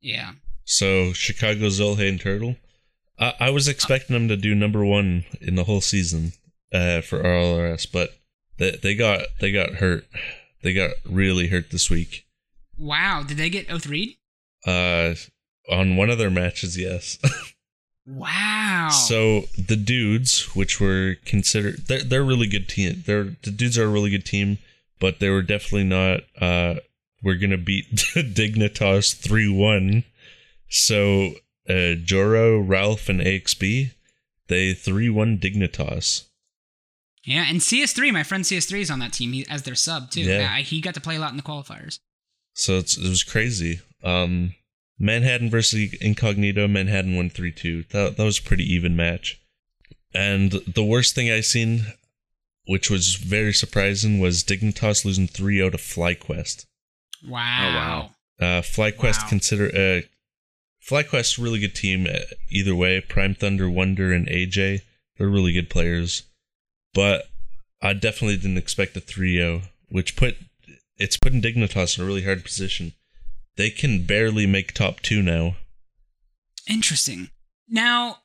B: Yeah.
D: So Chicago Zolhe and Turtle. I, I was expecting them to do number one in the whole season uh, for RLRS, but they they got they got hurt. They got really hurt this week.
B: Wow, did they get Oath Reed?
D: Uh, on one of their matches, yes.
B: Wow.
D: So the dudes, which were considered, they're, they're a really good team. They're the dudes are a really good team, but they were definitely not. Uh, we're gonna beat Dignitas three one. So uh, Joro, Ralph, and AXB, they three one Dignitas.
B: yeah, and CS3, my friend CS3 is on that team he, as their sub too.
D: Yeah.
B: I, he got to play a lot in the qualifiers.
D: So it's, it was crazy. Um, Manhattan versus Incognito. Manhattan won three two. That that was a pretty even match. And the worst thing I seen, which was very surprising, was Dignitas losing 3-0 to FlyQuest. Oh,
B: Wow.
C: wow.
D: Uh, FlyQuest
B: Wow.
D: consider uh, FlyQuest really good team uh, either way. Prime Thunder, Wonder, and AJ, they're really good players. But I definitely didn't expect a 3-0, which put it's putting Dignitas in a really hard position. They can barely make top two now.
B: Interesting. Now,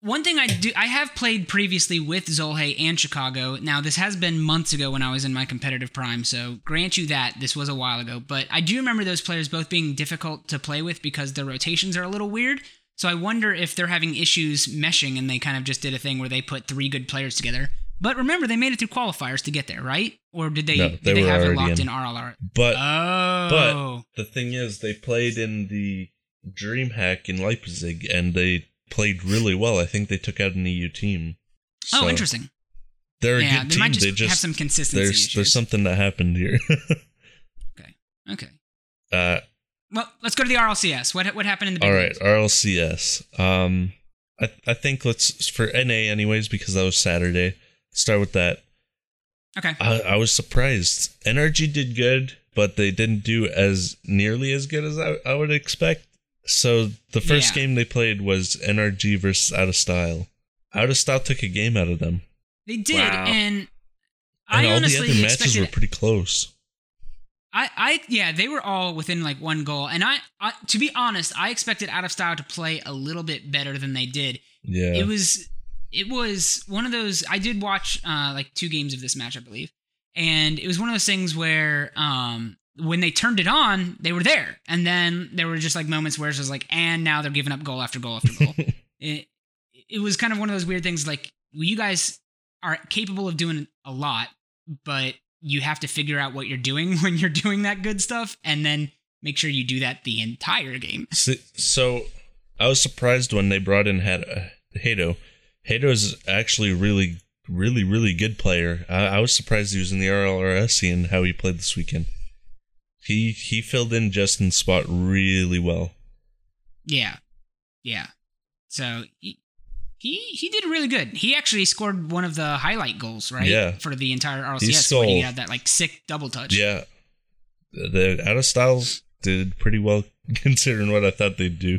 B: one thing I do, I have played previously with Zolhe and Chicago. Now, this has been months ago when I was in my competitive prime, so grant you that this was a while ago. But I do remember those players both being difficult to play with because their rotations are a little weird. So I wonder if they're having issues meshing and they kind of just did a thing where they put three good players together. But remember, they made it through qualifiers to get there, right? Or did they?
D: No,
B: did
D: they
B: they
D: were
B: have it
D: already
B: locked in,
D: in.
B: RLR?
D: But
B: Oh,
D: The thing is, they played in the DreamHack in Leipzig, and they played really well. I think they took out an EU team.
B: oh,
D: So,
B: interesting.
D: They're a
B: Yeah,
D: good
B: they
D: team.
B: might just,
D: they just
B: have some consistency
D: there's
B: issues.
D: there's something that happened here.
B: okay.
D: uh,
B: Well, let's go to the RLCS. What what happened in the big
D: all right,
B: leagues?
D: RLCS. Um, I I think let's for NA anyways because that was Saturday. Start with that.
B: Okay.
D: I, I was surprised. NRG did good, but they didn't do as nearly as good as I, I would expect. So the first
B: Yeah.
D: game they played was NRG versus Out of Style. Out took a game out of them.
B: They did,
C: Wow.
B: and
D: And
B: I
D: all the
B: honestly
D: other matches
B: expected.
D: were pretty close.
B: I, I, yeah, they were all within like one goal, and I, I, to be honest, I expected Out of Style to play a little bit better than they did.
D: Yeah.
B: it was it was one of those i did watch uh like two games of this match i believe and it was one of those things where um when they turned it on they were there and then there were just like moments where it was like and now they're giving up goal after goal after goal it, it was kind of one of those weird things like well, you guys are capable of doing a lot but you have to figure out what you're doing when you're doing that good stuff and then make sure you do that the entire game
D: So, so I was surprised when they brought in Had- uh, Hato. Hato is actually a really, really, really good player. I, I was surprised he was in the RLRS seeing how he played this weekend. He he filled in Justin's spot really well.
B: Yeah, yeah. So he he, he did really good. He actually scored one of the highlight goals, right?
D: Yeah.
B: For the entire RLCS,
D: He
B: where he
D: stole-
B: had that like sick double touch.
D: Yeah, the out of styles did pretty well considering what I thought they'd do.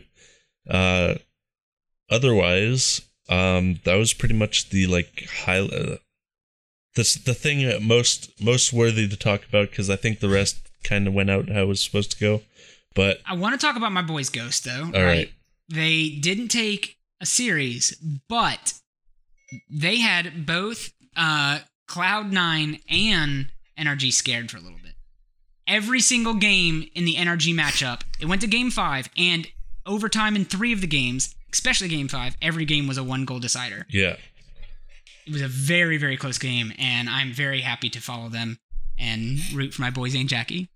D: Uh, otherwise, um, that was pretty much the like high. Uh, this the thing that most most worthy to talk about because I think the rest kind of went out how it was supposed to go. But
B: I want to talk about my boys Ghost though.
D: all right,
B: They didn't take a series, but they had both uh Cloud Nine and NRG scared for a little bit. Every single game in the NRG matchup, it went to game five and overtime in three of the games, especially game five, every game was a one goal decider.
D: yeah,
B: it was a very very close game and i'm very happy to follow them and root for my boys and jackie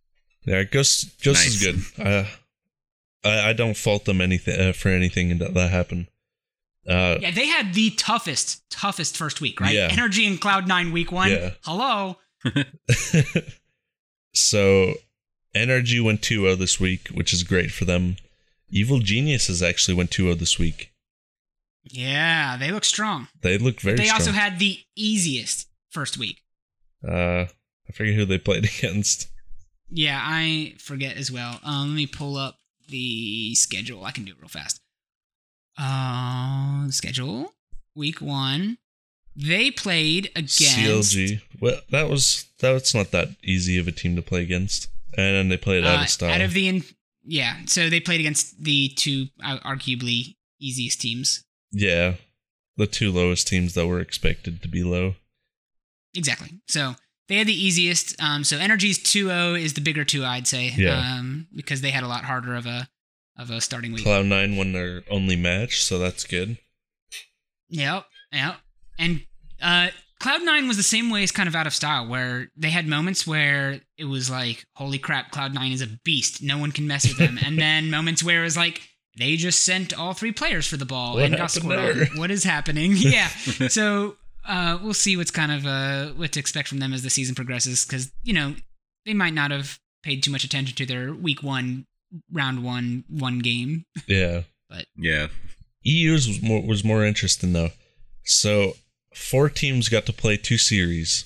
D: yeah, Ghost Ghost is
C: Nice.
D: good. Uh, I I don't fault them anything uh, for anything that that happened. Uh,
B: yeah they had the toughest toughest first week right
D: Yeah.
B: energy and cloud nine week one
D: Yeah.
B: hello
D: so NRG went 2-0 this week, which is great for them. Evil Geniuses actually went 2-0 this week.
B: yeah they look strong
D: They look very
B: but they
D: strong.
B: also had the easiest first week
D: uh, I forget who they played against.
B: yeah i forget as well um, let me pull up the schedule i can do it real fast uh, schedule week one they played against
D: CLG. Well, that was that's not that easy of a team to play against. And then they played out
B: Uh,
D: of style.
B: Out of the in- yeah, so they played against the two uh, arguably easiest teams.
D: yeah, the two lowest teams that were expected to be low.
B: Exactly. So they had the easiest. Um, so Energy's 2-0 is the bigger two, I'd say.
D: Yeah.
B: Um, because they had a lot harder of a of a starting week.
D: Cloud Nine won their only match, so that's good.
B: Yep. Yep. And uh, Cloud Nine was the same way as kind of out of style, where they had moments where it was like, "Holy crap, Cloud Nine is a beast. No one can mess with them." and then moments where it was like, "They just sent all three players for the ball
D: What
B: and got
D: happened
B: scored
D: there?
B: on. What is happening?" yeah. so uh, we'll see what's kind of uh, what to expect from them as the season progresses, because you know they might not have paid too much attention to their week one, round one, one game.
D: Yeah.
C: Yeah.
D: EU's E was more, was more interesting though. So four teams got to play two series.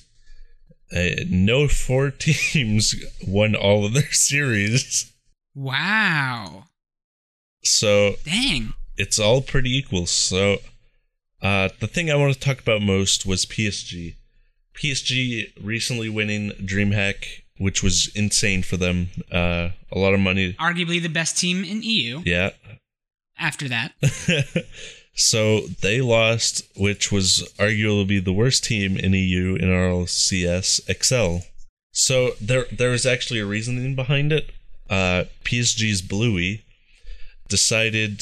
D: Uh, no four teams won all of their series,
B: Wow.
D: so
B: Dang.
D: it's all pretty equal. So uh, the thing I want to talk about most was PSG. PSG recently winning DreamHack, which was insane for them. Uh, a lot of money.
B: Arguably the best team in EU.
D: Yeah,
B: after that.
D: so they lost, which was arguably the worst team in EU in RLCS Excel. So there there was actually a reasoning behind it. Uh, PSG's Bluey decided,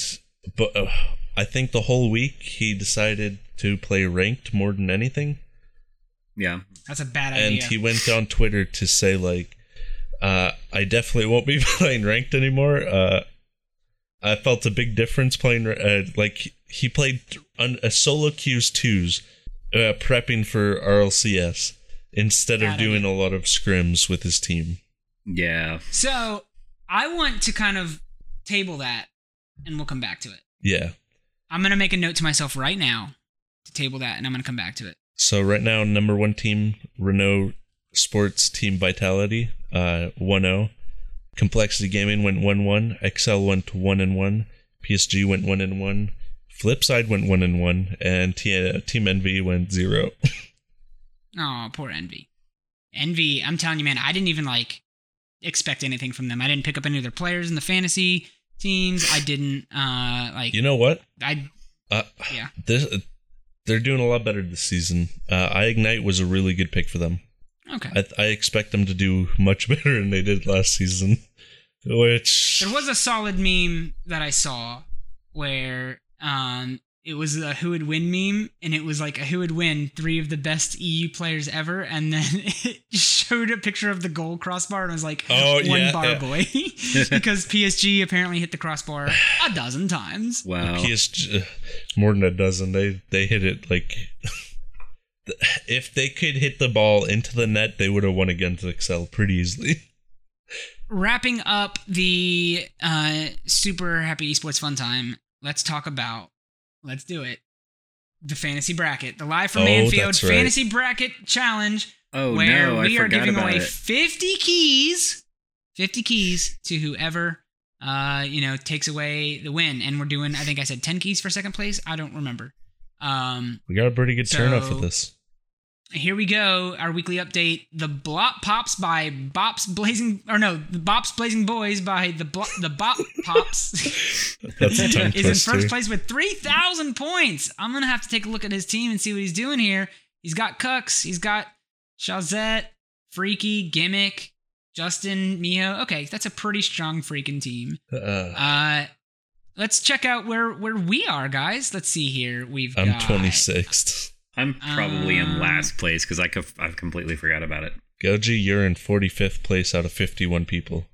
D: but uh, I think the whole week he decided to play ranked more than anything
C: Yeah.
B: That's a bad
D: and
B: idea.
D: he went on Twitter to say like, uh, "I definitely won't be playing ranked anymore." Uh, I felt a big difference playing ra- uh, like he played un- a solo queues twos, uh, prepping for RLCS instead of
B: Bad
D: doing a lot of scrims with his team.
C: Yeah.
B: so I want to kind of table that and we'll come back to it.
D: Yeah.
B: I'm going to make a note to myself right now to table that and I'm going to come back to it.
D: So right now, number one team Renault Sports Team Vitality, uh, 1-0. Complexity Gaming went 1-1. XL went 1 and 1. PSG went 1 and 1. Flipside went one and one, and T- uh, Team Envy went zero.
B: Oh, poor Envy. Envy, I'm telling you, man, I didn't even like expect anything from them. I didn't pick up any of their players in the fantasy teams. I didn't uh like
D: you know what?
B: I
D: Uh,
B: Yeah.
D: This they're doing a lot better this season. Uh, I ignite was a really good pick for them.
B: okay.
D: I, I expect them to do much better than they did last season, which
B: There was a solid meme that I saw where um it was a who would win meme and it was like a who would win three of the best EU players ever and then it showed a picture of the goal crossbar and was like
D: Oh,
B: one
D: yeah,
B: bar
D: yeah.
B: boy because PSG apparently hit the crossbar a dozen times.
C: Wow.
D: PSG uh, more than a dozen. They they hit it like if they could hit the ball into the net, they would have won against Excel pretty easily.
B: wrapping up the uh, super happy esports fun time, let's talk about let's do it. The fantasy bracket, the live from
D: Oh,
B: Manfield
D: that's right.
B: fantasy bracket challenge,
C: Oh
B: where
C: no, I
B: we are
C: forgot
B: giving
C: about
B: away
C: it.
B: 50 keys, 50 keys to whoever uh, you know takes away the win. And we're doing, I think I said 10 keys for second place. I don't remember. Um,
D: We got a pretty good turnout
B: So-
D: for this.
B: here we go. Our weekly update: The Blop Pops by Bops Blazing, or no, the Bops Blazing Boys by the Blo- the Bop Pops
D: That's a tongue
B: is in
D: twister.
B: first place with three thousand points. I'm gonna have to take a look at his team and see what he's doing here. He's got Cucks, he's got Shazette, Freaky, Gimmick, Justin, Miho. Okay, that's a pretty strong freaking team.
D: Uh,
B: Uh, let's check out where where we are, guys. Let's see here. We've
D: I'm
B: got
D: 26th.
C: I'm probably in
B: Um,
C: last place because I cof- I've completely forgot about it.
D: Goji, you're in 45th place out of 51 people.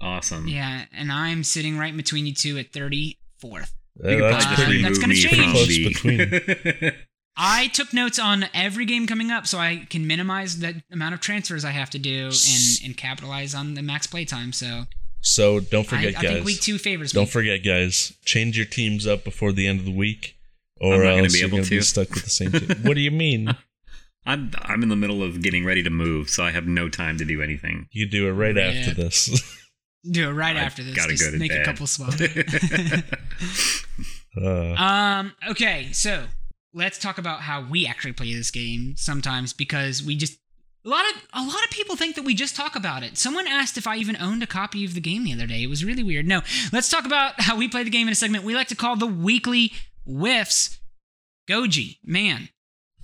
C: Awesome.
B: Yeah, and I'm sitting right between you two at 34th.
C: You could
D: Uh,
C: probably
B: that's
C: just
B: pretty-
C: remove
B: that's gonna
C: me
B: change.
C: from
D: Close
C: the-
B: I took notes on every game coming up so I can minimize the amount of transfers I have to do and, and capitalize on the max play time. So
D: so don't
B: I, I
D: forget,
B: think
D: guys.
B: week two favors me.
D: Don't forget, guys. Change your teams up before the end of the week, or
C: I'm not gonna
D: else
C: be
D: you're
C: able
D: going to be
C: to.
D: stuck with the same team. what do you mean?
C: I'm I'm in the middle of getting ready to move, so I have no time to do anything.
D: You do it right after
B: Yeah.
D: this.
B: do it right
C: I
B: after this.
C: gotta
B: Just
C: go to
B: make a
C: bed.
B: couple swaps.
D: Uh,
B: um, okay, so let's talk about how we actually play this game sometimes because we just a lot of a lot of people think that we just talk about it. Someone asked if I even owned a copy of the game the other day. It was really weird. No, let's talk about how we play the game in a segment we like to call the weekly whiffs. Goji, man,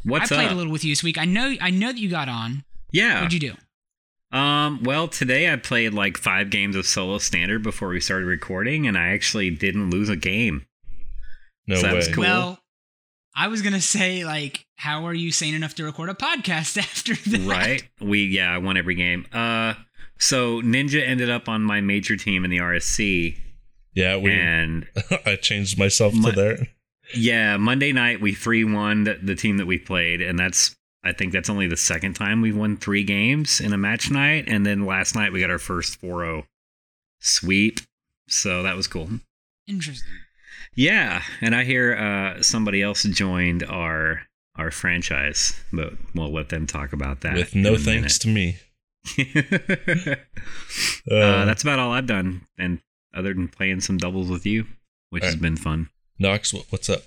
C: What's
B: I played
C: up?
B: a little with you this week. I know I know that you got on.
C: yeah.
B: What'd you do?
C: Um, well, today I played like five games of solo standard before we started recording, and I actually didn't lose a game.
D: no
C: so that
D: way.
C: was cool.
B: Well, I was gonna say like, how are you sane enough to record a podcast after that?
C: Right? We yeah, I won every game. Uh, so Ninja ended up on my major team in the RSC,
D: Oh, Yeah, we.
C: and
D: I changed myself
C: My-
D: to there.
C: yeah, Monday night we three won the, the team that we played, and that's I think that's only the second time we've won three games in a match night, and then last night we got our first 4-0 sweep. So that was cool.
B: Interesting.
C: Yeah, and I hear uh, somebody else joined our our franchise, but we'll let them talk about that
D: With
C: in
D: no
C: a
D: thanks to me.
C: minute.
D: Uh,
C: uh, that's about all I've done, and other than playing some doubles with you, which has
D: Alright.
C: been fun.
D: Knox, what, what's up?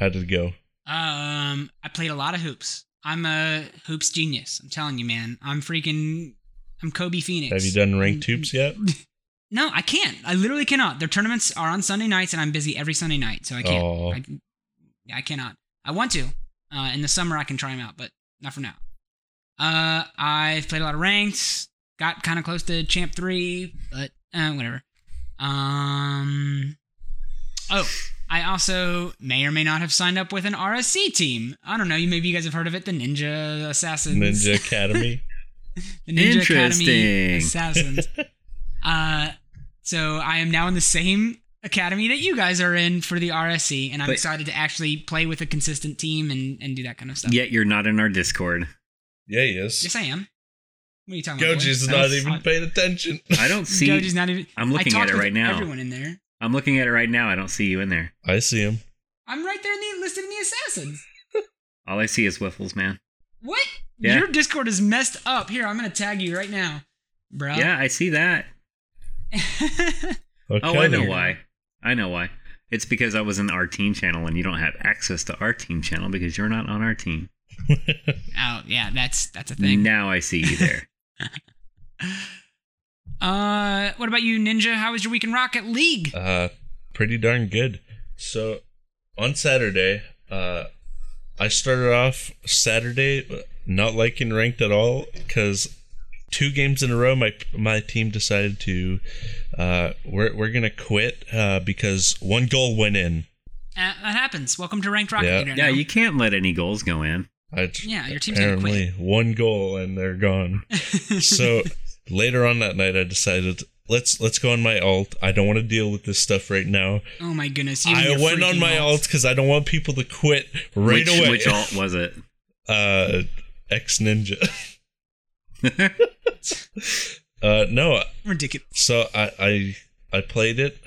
D: How did it go?
B: Um, I played a lot of hoops. I'm a hoops genius. I'm telling you, man. I'm freaking. I'm Kobe Phoenix.
D: Have you done ranked hoops yet?
B: No, I can't. I literally cannot. Their tournaments are on Sunday nights, and I'm busy every Sunday night, so I can't.
D: Aw.
B: I, I cannot. I want to. Uh, in the summer, I can try them out, but not for now. Uh, I've played a lot of ranked. Got kind of close to champ three, but uh, whatever. Um. Oh, I also may or may not have signed up with an RSC team. I don't know. You maybe you guys have heard of it, the Ninja Assassins.
D: Ninja Academy.
B: The Ninja Academy
C: Interesting.
B: Assassins. uh, so I am now in the same academy that you guys are in for the RSC, and I'm
C: But-
B: excited to actually play with a consistent team and, and do that kind of stuff.
C: Yet you're not in our Discord.
D: yeah, he is.
B: Yes, I am. What are you talking about? boy?
D: Goji's
B: I
D: not
B: don't-
D: even paying attention.
C: I don't see.
B: Goji's not even.
C: I'm looking
B: I
C: at
B: talked
C: it
B: with
C: right now.
B: Everyone in there.
C: I'm looking at it right now. I don't see you in there.
D: I see him.
B: I'm right there in the, listed in the assassins.
C: All I see is Wiffles, man.
B: What?
C: Yeah.
B: Your Discord is messed up. Here, I'm gonna tag you right now, bro.
C: Yeah, I see that.
D: Okay.
C: Oh, I know why. I know why. It's because I was in our team channel and you don't have access to our team channel because you're not on our team.
B: Oh yeah, that's that's a thing.
C: Now I see you there.
B: Uh, what about you, Ninja? How was your week in Rocket League?
D: Uh, pretty darn good. So on Saturday, uh, I started off Saturday not liking ranked at all because two games in a row, my my team decided to uh, we're we're gonna quit uh, because one goal went in.
B: Uh, that happens. Welcome to Ranked Rocket
D: Yeah.
B: League. right
C: yeah,
B: now.
C: you can't let any goals go in.
D: I,
B: Yeah, your team's gonna
D: apparently one goal and they're gone. so later on that night, I decided let's let's go on my alt. I don't want to deal with this stuff right now.
B: Oh my goodness! You
D: I
B: and your
D: went on
B: freaking
D: my alt
B: alt.
D: because I don't want people to quit right
C: which,
D: away.
C: Which alt was it?
D: Uh, ex ninja. uh, no,
B: Ridiculous.
D: so I, I I played it.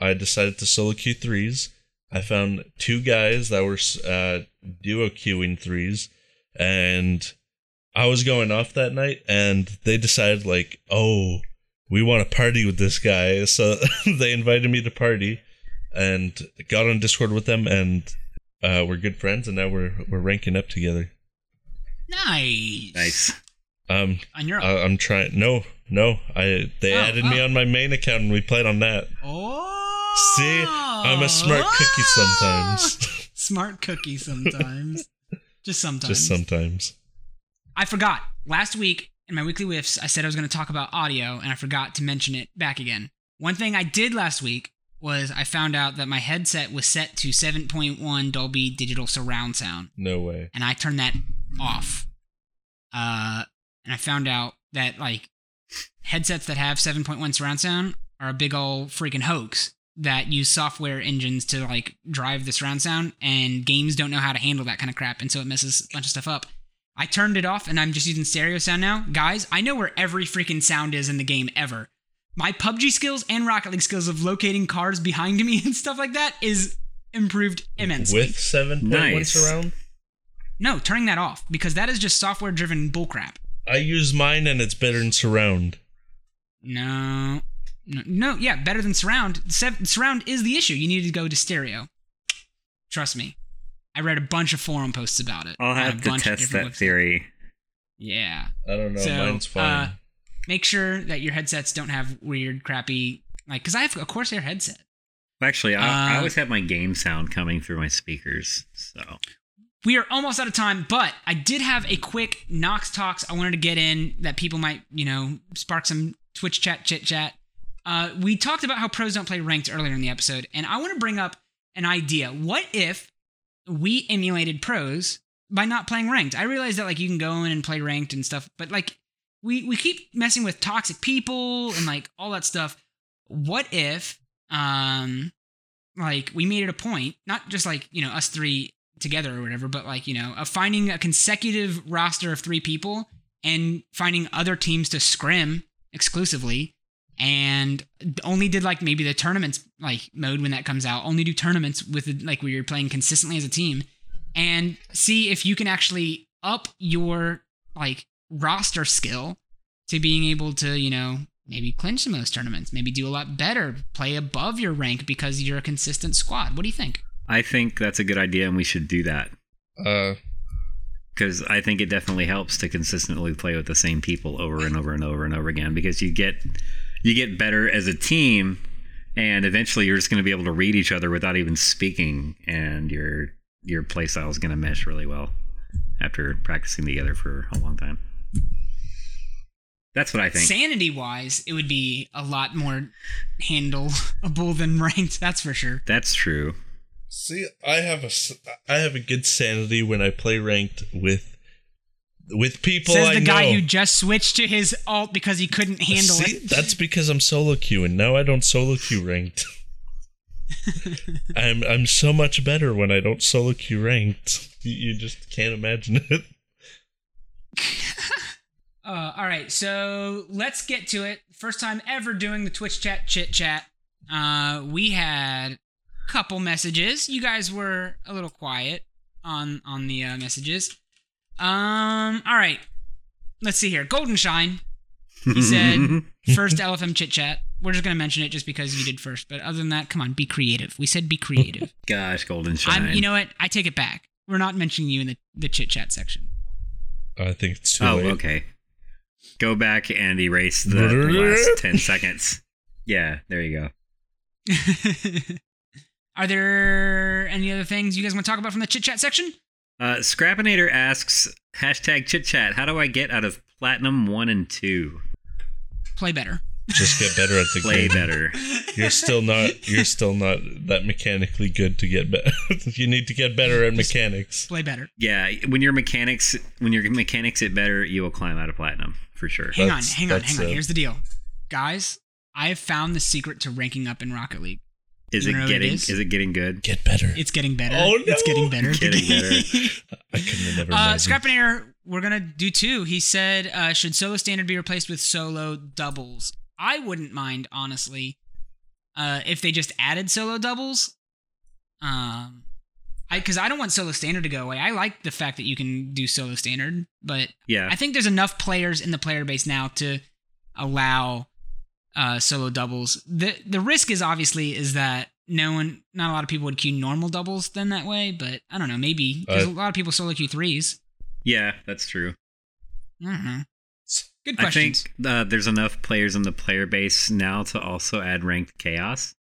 D: I decided to solo queue threes. I found two guys that were uh, duo queuing threes, and I was going off that night, and they decided like, oh, we want to party with this guy, so they invited me to party, and got on Discord with them, and uh, we're good friends, and now we're we're ranking up together.
B: Nice.
C: nice.
D: Um,
B: On your
D: I, I'm trying. No, no, I they
B: Oh,
D: added me
B: oh.
D: on my main account, and we played on that.
B: oh.
D: See, I'm a smart cookie
B: Ah,
D: sometimes.
B: smart cookie sometimes. Just sometimes.
D: Just sometimes.
B: I forgot last week in my weekly whiffs. I said I was going to talk about audio, and I forgot to mention it back again. One thing I did last week was I found out that my headset was set to 7.1 Dolby Digital Surround sound,
D: No way.
B: and I turned that off. Uh, and I found out that like headsets that have 7.1 surround sound are a big old freaking hoax that use software engines to like drive the surround sound, and games don't know how to handle that kind of crap, and so it messes a bunch of stuff up. I turned it off, and I'm just using stereo sound now, guys. I know where every freaking sound is in the game ever. My PUBG skills and Rocket League skills of locating cars behind me and stuff like that is improved immensely.
D: With seven point one
C: Nice.
D: surround,
B: No, turning that off because that is just software driven bullcrap.
D: I use mine, and it's better than surround.
B: No. no. No, yeah, better than surround. Sev- surround is the issue. You need to go to stereo. Trust me. I read a bunch of forum posts about it.
C: I'll
B: on a
C: have to
B: bunch of
C: test that
B: different websites.
C: theory.
B: Yeah.
D: I don't know.
B: So,
D: mine's fine.
B: uh, Make sure that your headsets don't have weird, crappy, like, because I have a Corsair headset.
C: Well, Actually, I, I
B: Uh,
C: always have my game sound coming through my speakers. So
B: we are almost out of time, but I did have a quick Knox Talks I wanted to get in that people might, you know, spark some Twitch chat, chit chat. Uh, we talked about how pros don't play ranked earlier in the episode, and I want to bring up an idea. What if we emulated pros by not playing ranked? I realize that, like, you can go in and play ranked and stuff, but, like, we, we keep messing with toxic people and, like, all that stuff. What if, um, like, we made it a point, not just like, you know, us three together or whatever, but like, you know, of finding a consecutive roster of three people and finding other teams to scrim exclusively and only did like maybe the tournaments like mode when that comes out, only do tournaments with like where you're playing consistently as a team and see if you can actually up your like roster skill to being able to, you know, maybe clinch some of those tournaments, maybe do a lot better, play above your rank because you're a consistent squad. What do you think?
C: I think that's a good idea, and we should do that
D: Uh,
C: because I think it definitely helps to consistently play with the same people over and over and over and over again because you get you get better as a team, and eventually you're just going to be able to read each other without even speaking, and your your play style is going to mesh really well after practicing together for a long time. That's what I think.
B: sanity wise, it would be a lot more handleable than ranked. That's for sure.
C: That's true.
D: see, I have a s- I have a good sanity when I play ranked with with people
B: Says
D: I
B: the guy
D: know.
B: who just switched to his alt because he couldn't handle
D: See,
B: it.
D: that's because I'm solo queuing. Now I don't solo queue ranked. I'm I'm so much better when I don't solo queue ranked. You, you just can't imagine it.
B: Uh, all right, so let's get to it. First time ever doing the Twitch chat chit chat. Uh, we had a couple messages. You guys were a little quiet on on the uh, messages. Um, all right, let's see here. Golden Shine. He said, first LFM chit chat. We're just gonna mention it just because you did first. But other than that, come on, be creative. We said be creative.
C: Gosh, Golden Shine.
B: I'm, you know what? I take it back. We're not mentioning you in the, the chit chat section.
D: I think it's too
C: oh,
D: late.
C: okay. Go back and erase the, the last 10 seconds. Yeah, there you go.
B: Are there any other things you guys want to talk about from the chit chat section?
C: Uh, Scrapinator asks hashtag chit chat. How do I get out of platinum one and two?
B: Play better.
D: Just get better at the
C: Play
D: game.
C: better.
D: You're still not. You're still not that mechanically good to get better. you need to get better at mechanics.
B: Play better.
C: Yeah, when your mechanics when your mechanics it better, you will climb out of platinum for sure.
B: Hang
D: That's-
B: on, hang on,
D: that's
B: hang on.
D: it.
B: Here's the deal, guys. I have found the secret to ranking up in Rocket League.
C: Is
B: You
C: it
B: know what it
C: getting
B: is?
C: is? it getting good?
D: Get better.
B: It's getting better.
D: Oh,
B: It's
D: no.
B: getting better.
C: Getting better.
D: I couldn't have never.
B: uh,
D: imagined.
B: Scrapinator, we're gonna do two. He said, uh, "Should solo standard be replaced with solo doubles?" I wouldn't mind, honestly, uh, if they just added solo doubles. Um, I because I don't want solo standard to go away. I like the fact that you can do solo standard, but
C: Yeah.
B: I think there's enough players in the player base now to allow uh, solo doubles. the The risk is obviously is that no one, not a lot of people would queue normal doubles then that way. But I don't know, maybe because a
D: Uh,
B: lot of people solo queue threes.
C: yeah, that's true.
B: I don't know. Good
C: I
B: questions.
C: think uh, there's enough players in the player base now to also add ranked chaos.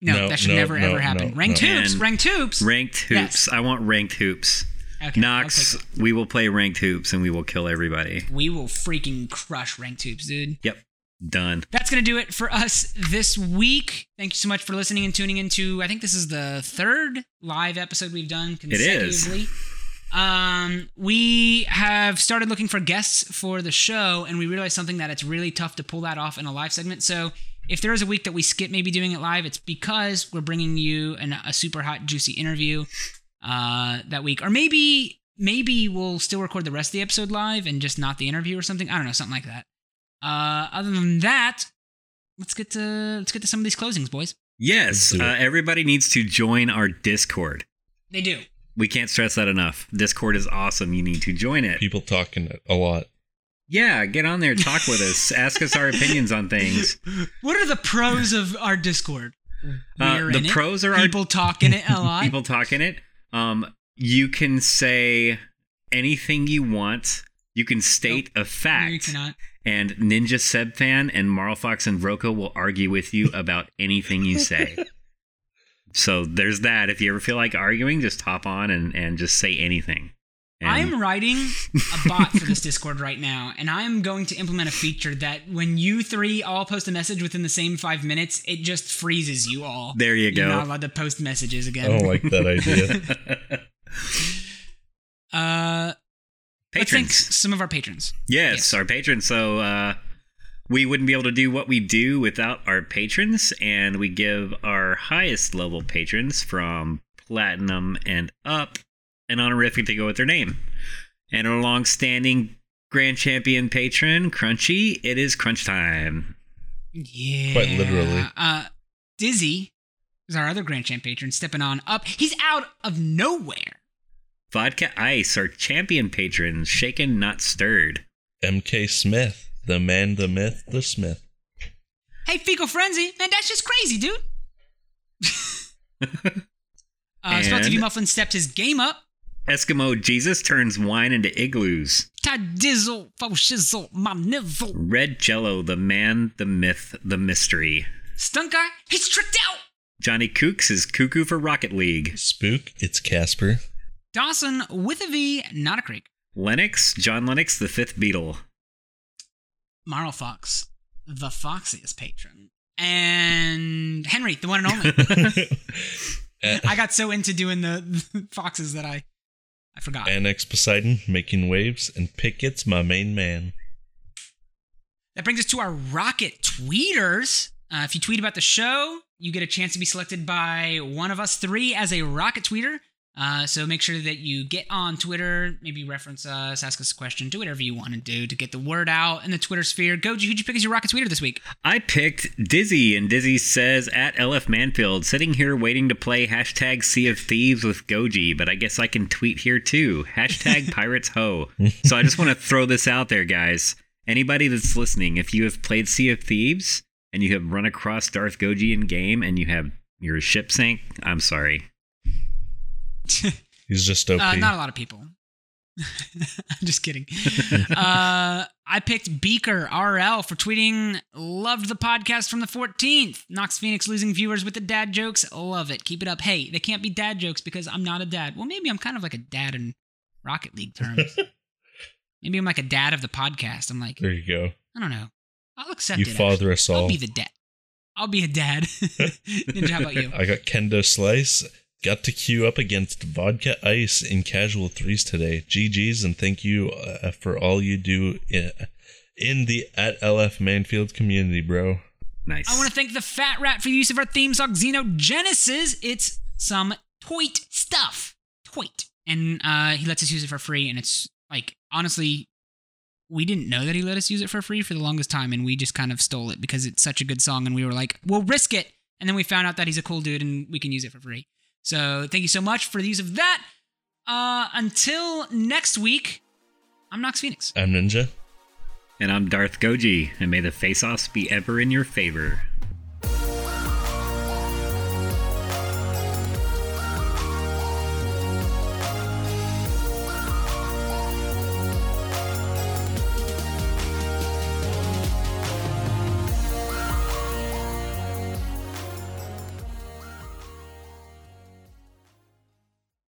B: no,
D: No,
B: that should
D: no,
B: never
D: no,
B: ever happen.
D: no,
B: ranked
D: no.
B: hoops,
C: And-
B: ranked hoops.
C: Ranked hoops.
B: Yes.
C: I want ranked hoops.
B: Okay,
C: Knox,
B: I'll take
C: we will play ranked hoops and we will kill everybody.
B: it. we will freaking crush ranked hoops, dude.
C: Yep. Done.
B: That's going to do it for us this week. Thank you so much for listening and tuning into. I think this is the third live episode we've done
C: is.
B: consecutively. Um, we have started looking for guests for the show, and we realized something that it's really tough to pull that off in a live segment. So, if there is a week that we skip maybe doing it live, it's because we're bringing you an, a super hot, juicy interview uh, that week, or maybe maybe we'll still record the rest of the episode live and just not the interview or something. I don't know, something like that. Uh, other than that, let's get to let's get to some of these closings, boys.
C: Yes.
D: Let's do
C: Uh, everybody needs to join our Discord.
B: They do.
C: We can't stress that enough. Discord is awesome. You need to join it.
D: People talking a lot.
C: Yeah, get on there, talk with us, ask us our opinions on things.
B: What are the pros of our Discord?
C: Uh,
B: We're
C: the
B: in it.
C: pros are our-
B: people talking it a lot.
C: People talk in it. Um, you can say anything you want. You can state a
B: You
C: fact,
B: cannot.
C: and Ninja Seb fan and Marlfox and Vroko will argue with you about anything you say. so there's that. If you ever feel like arguing, just hop on and, and just say anything. And
B: I'm writing a bot for this Discord right now, and I'm going to implement a feature that when you three all post a message within the same five minutes, it just freezes you all.
C: there you
B: You're not
C: go. Oh,
B: allowed to post messages
D: I
B: again.
D: don't like that idea.
B: uh, let's thank
C: Patrons.
B: s- some of our patrons.
C: Yes,
B: Yes.
C: our patrons. So uh, we wouldn't be able to do what we do without our patrons, and we give our highest level patrons from platinum and up an honorific to go with their name. And our long-standing grand champion patron, Crunchy, it is crunch time.
B: Yeah.
D: Quite literally.
B: Uh, Dizzy is our other Grand Champ patron, stepping on up. He's out of nowhere.
C: Vodka Ice, our champion patron, shaken not stirred.
D: M.K. Smith, the man, the myth, the Smith.
B: Hey, Fecal Frenzy, man, that's just crazy, dude. uh, Spell
C: And-
B: TV Mufflin stepped his game up.
C: Eskimo Jesus turns wine into igloos.
B: Todd Dizzle, Fo Shizzle, Mom Nizzle.
C: Red Jello, the man, the myth, the mystery.
B: Stunk Eye, he's tricked out.
C: Johnny Kooks is cuckoo for Rocket League.
D: Spook, it's Casper.
B: Dawson with a V, not a creek.
C: Lennox, John Lennox, the fifth Beatle.
B: Marl Fox, the foxiest patron. And Henry, the one and only.
D: A-
B: I got so into doing the, the foxes that I I forgot.
D: Annex Poseidon, making waves, and Pickett's my main man.
B: that brings us to our rocket tweeters. Uh, if you tweet about the show, you get a chance to be selected by one of us three as a rocket tweeter. Uh, so make sure that you get on Twitter, maybe reference us, ask us a question, do whatever you want to do to get the word out in the Twitter sphere. Goji, who'd you pick as your rocket tweeter this week?
C: I picked Dizzy, and Dizzy says at LF Manfield, sitting here waiting to play hashtag Sea of Thieves with Goji, but I guess I can tweet here too. Hashtag Pirates Ho. So I just want to throw this out there, guys. Anybody that's listening, if you have played Sea of Thieves and you have run across Darth Goji in game and you have your ship sank, I'm sorry.
D: He's just OP.
B: Uh, not a lot of people. I'm just kidding. uh, I picked Beaker RL for tweeting, loved the podcast from the 14th. Knox Phoenix losing viewers with the dad jokes. Love it. Keep it up. Hey, they can't be dad jokes because I'm not a dad. Well, maybe I'm kind of like a dad in Rocket League terms. maybe I'm like a dad of the podcast. I'm like,
D: there you go.
B: I don't know. I'll accept
D: You
B: it.
D: father us
B: I'll
D: all.
B: be the dad. I'll be a dad. Ninja, how about you?
D: I got Kendo Slice. Got to queue up against Vodka Ice in casual threes today. GG's and thank you uh, for all you do in, in the at LF Manfield community, bro.
C: Nice.
B: I want to thank the Fat Rat for the use of our theme song, Xenogenesis. It's some toit stuff. Toit. And uh, he lets us use it for free. And it's like, honestly, we didn't know that he let us use it for free for the longest time. And we just kind of stole it because it's such a good song. And we were like, we'll risk it. And then we found out that he's a cool dude and we can use it for free. So thank you so much for the use of that. Uh, until next week, I'm Knox Phoenix.
D: I'm Ninja.
C: and I'm Darth Goji, and may the face offs be ever in your favor.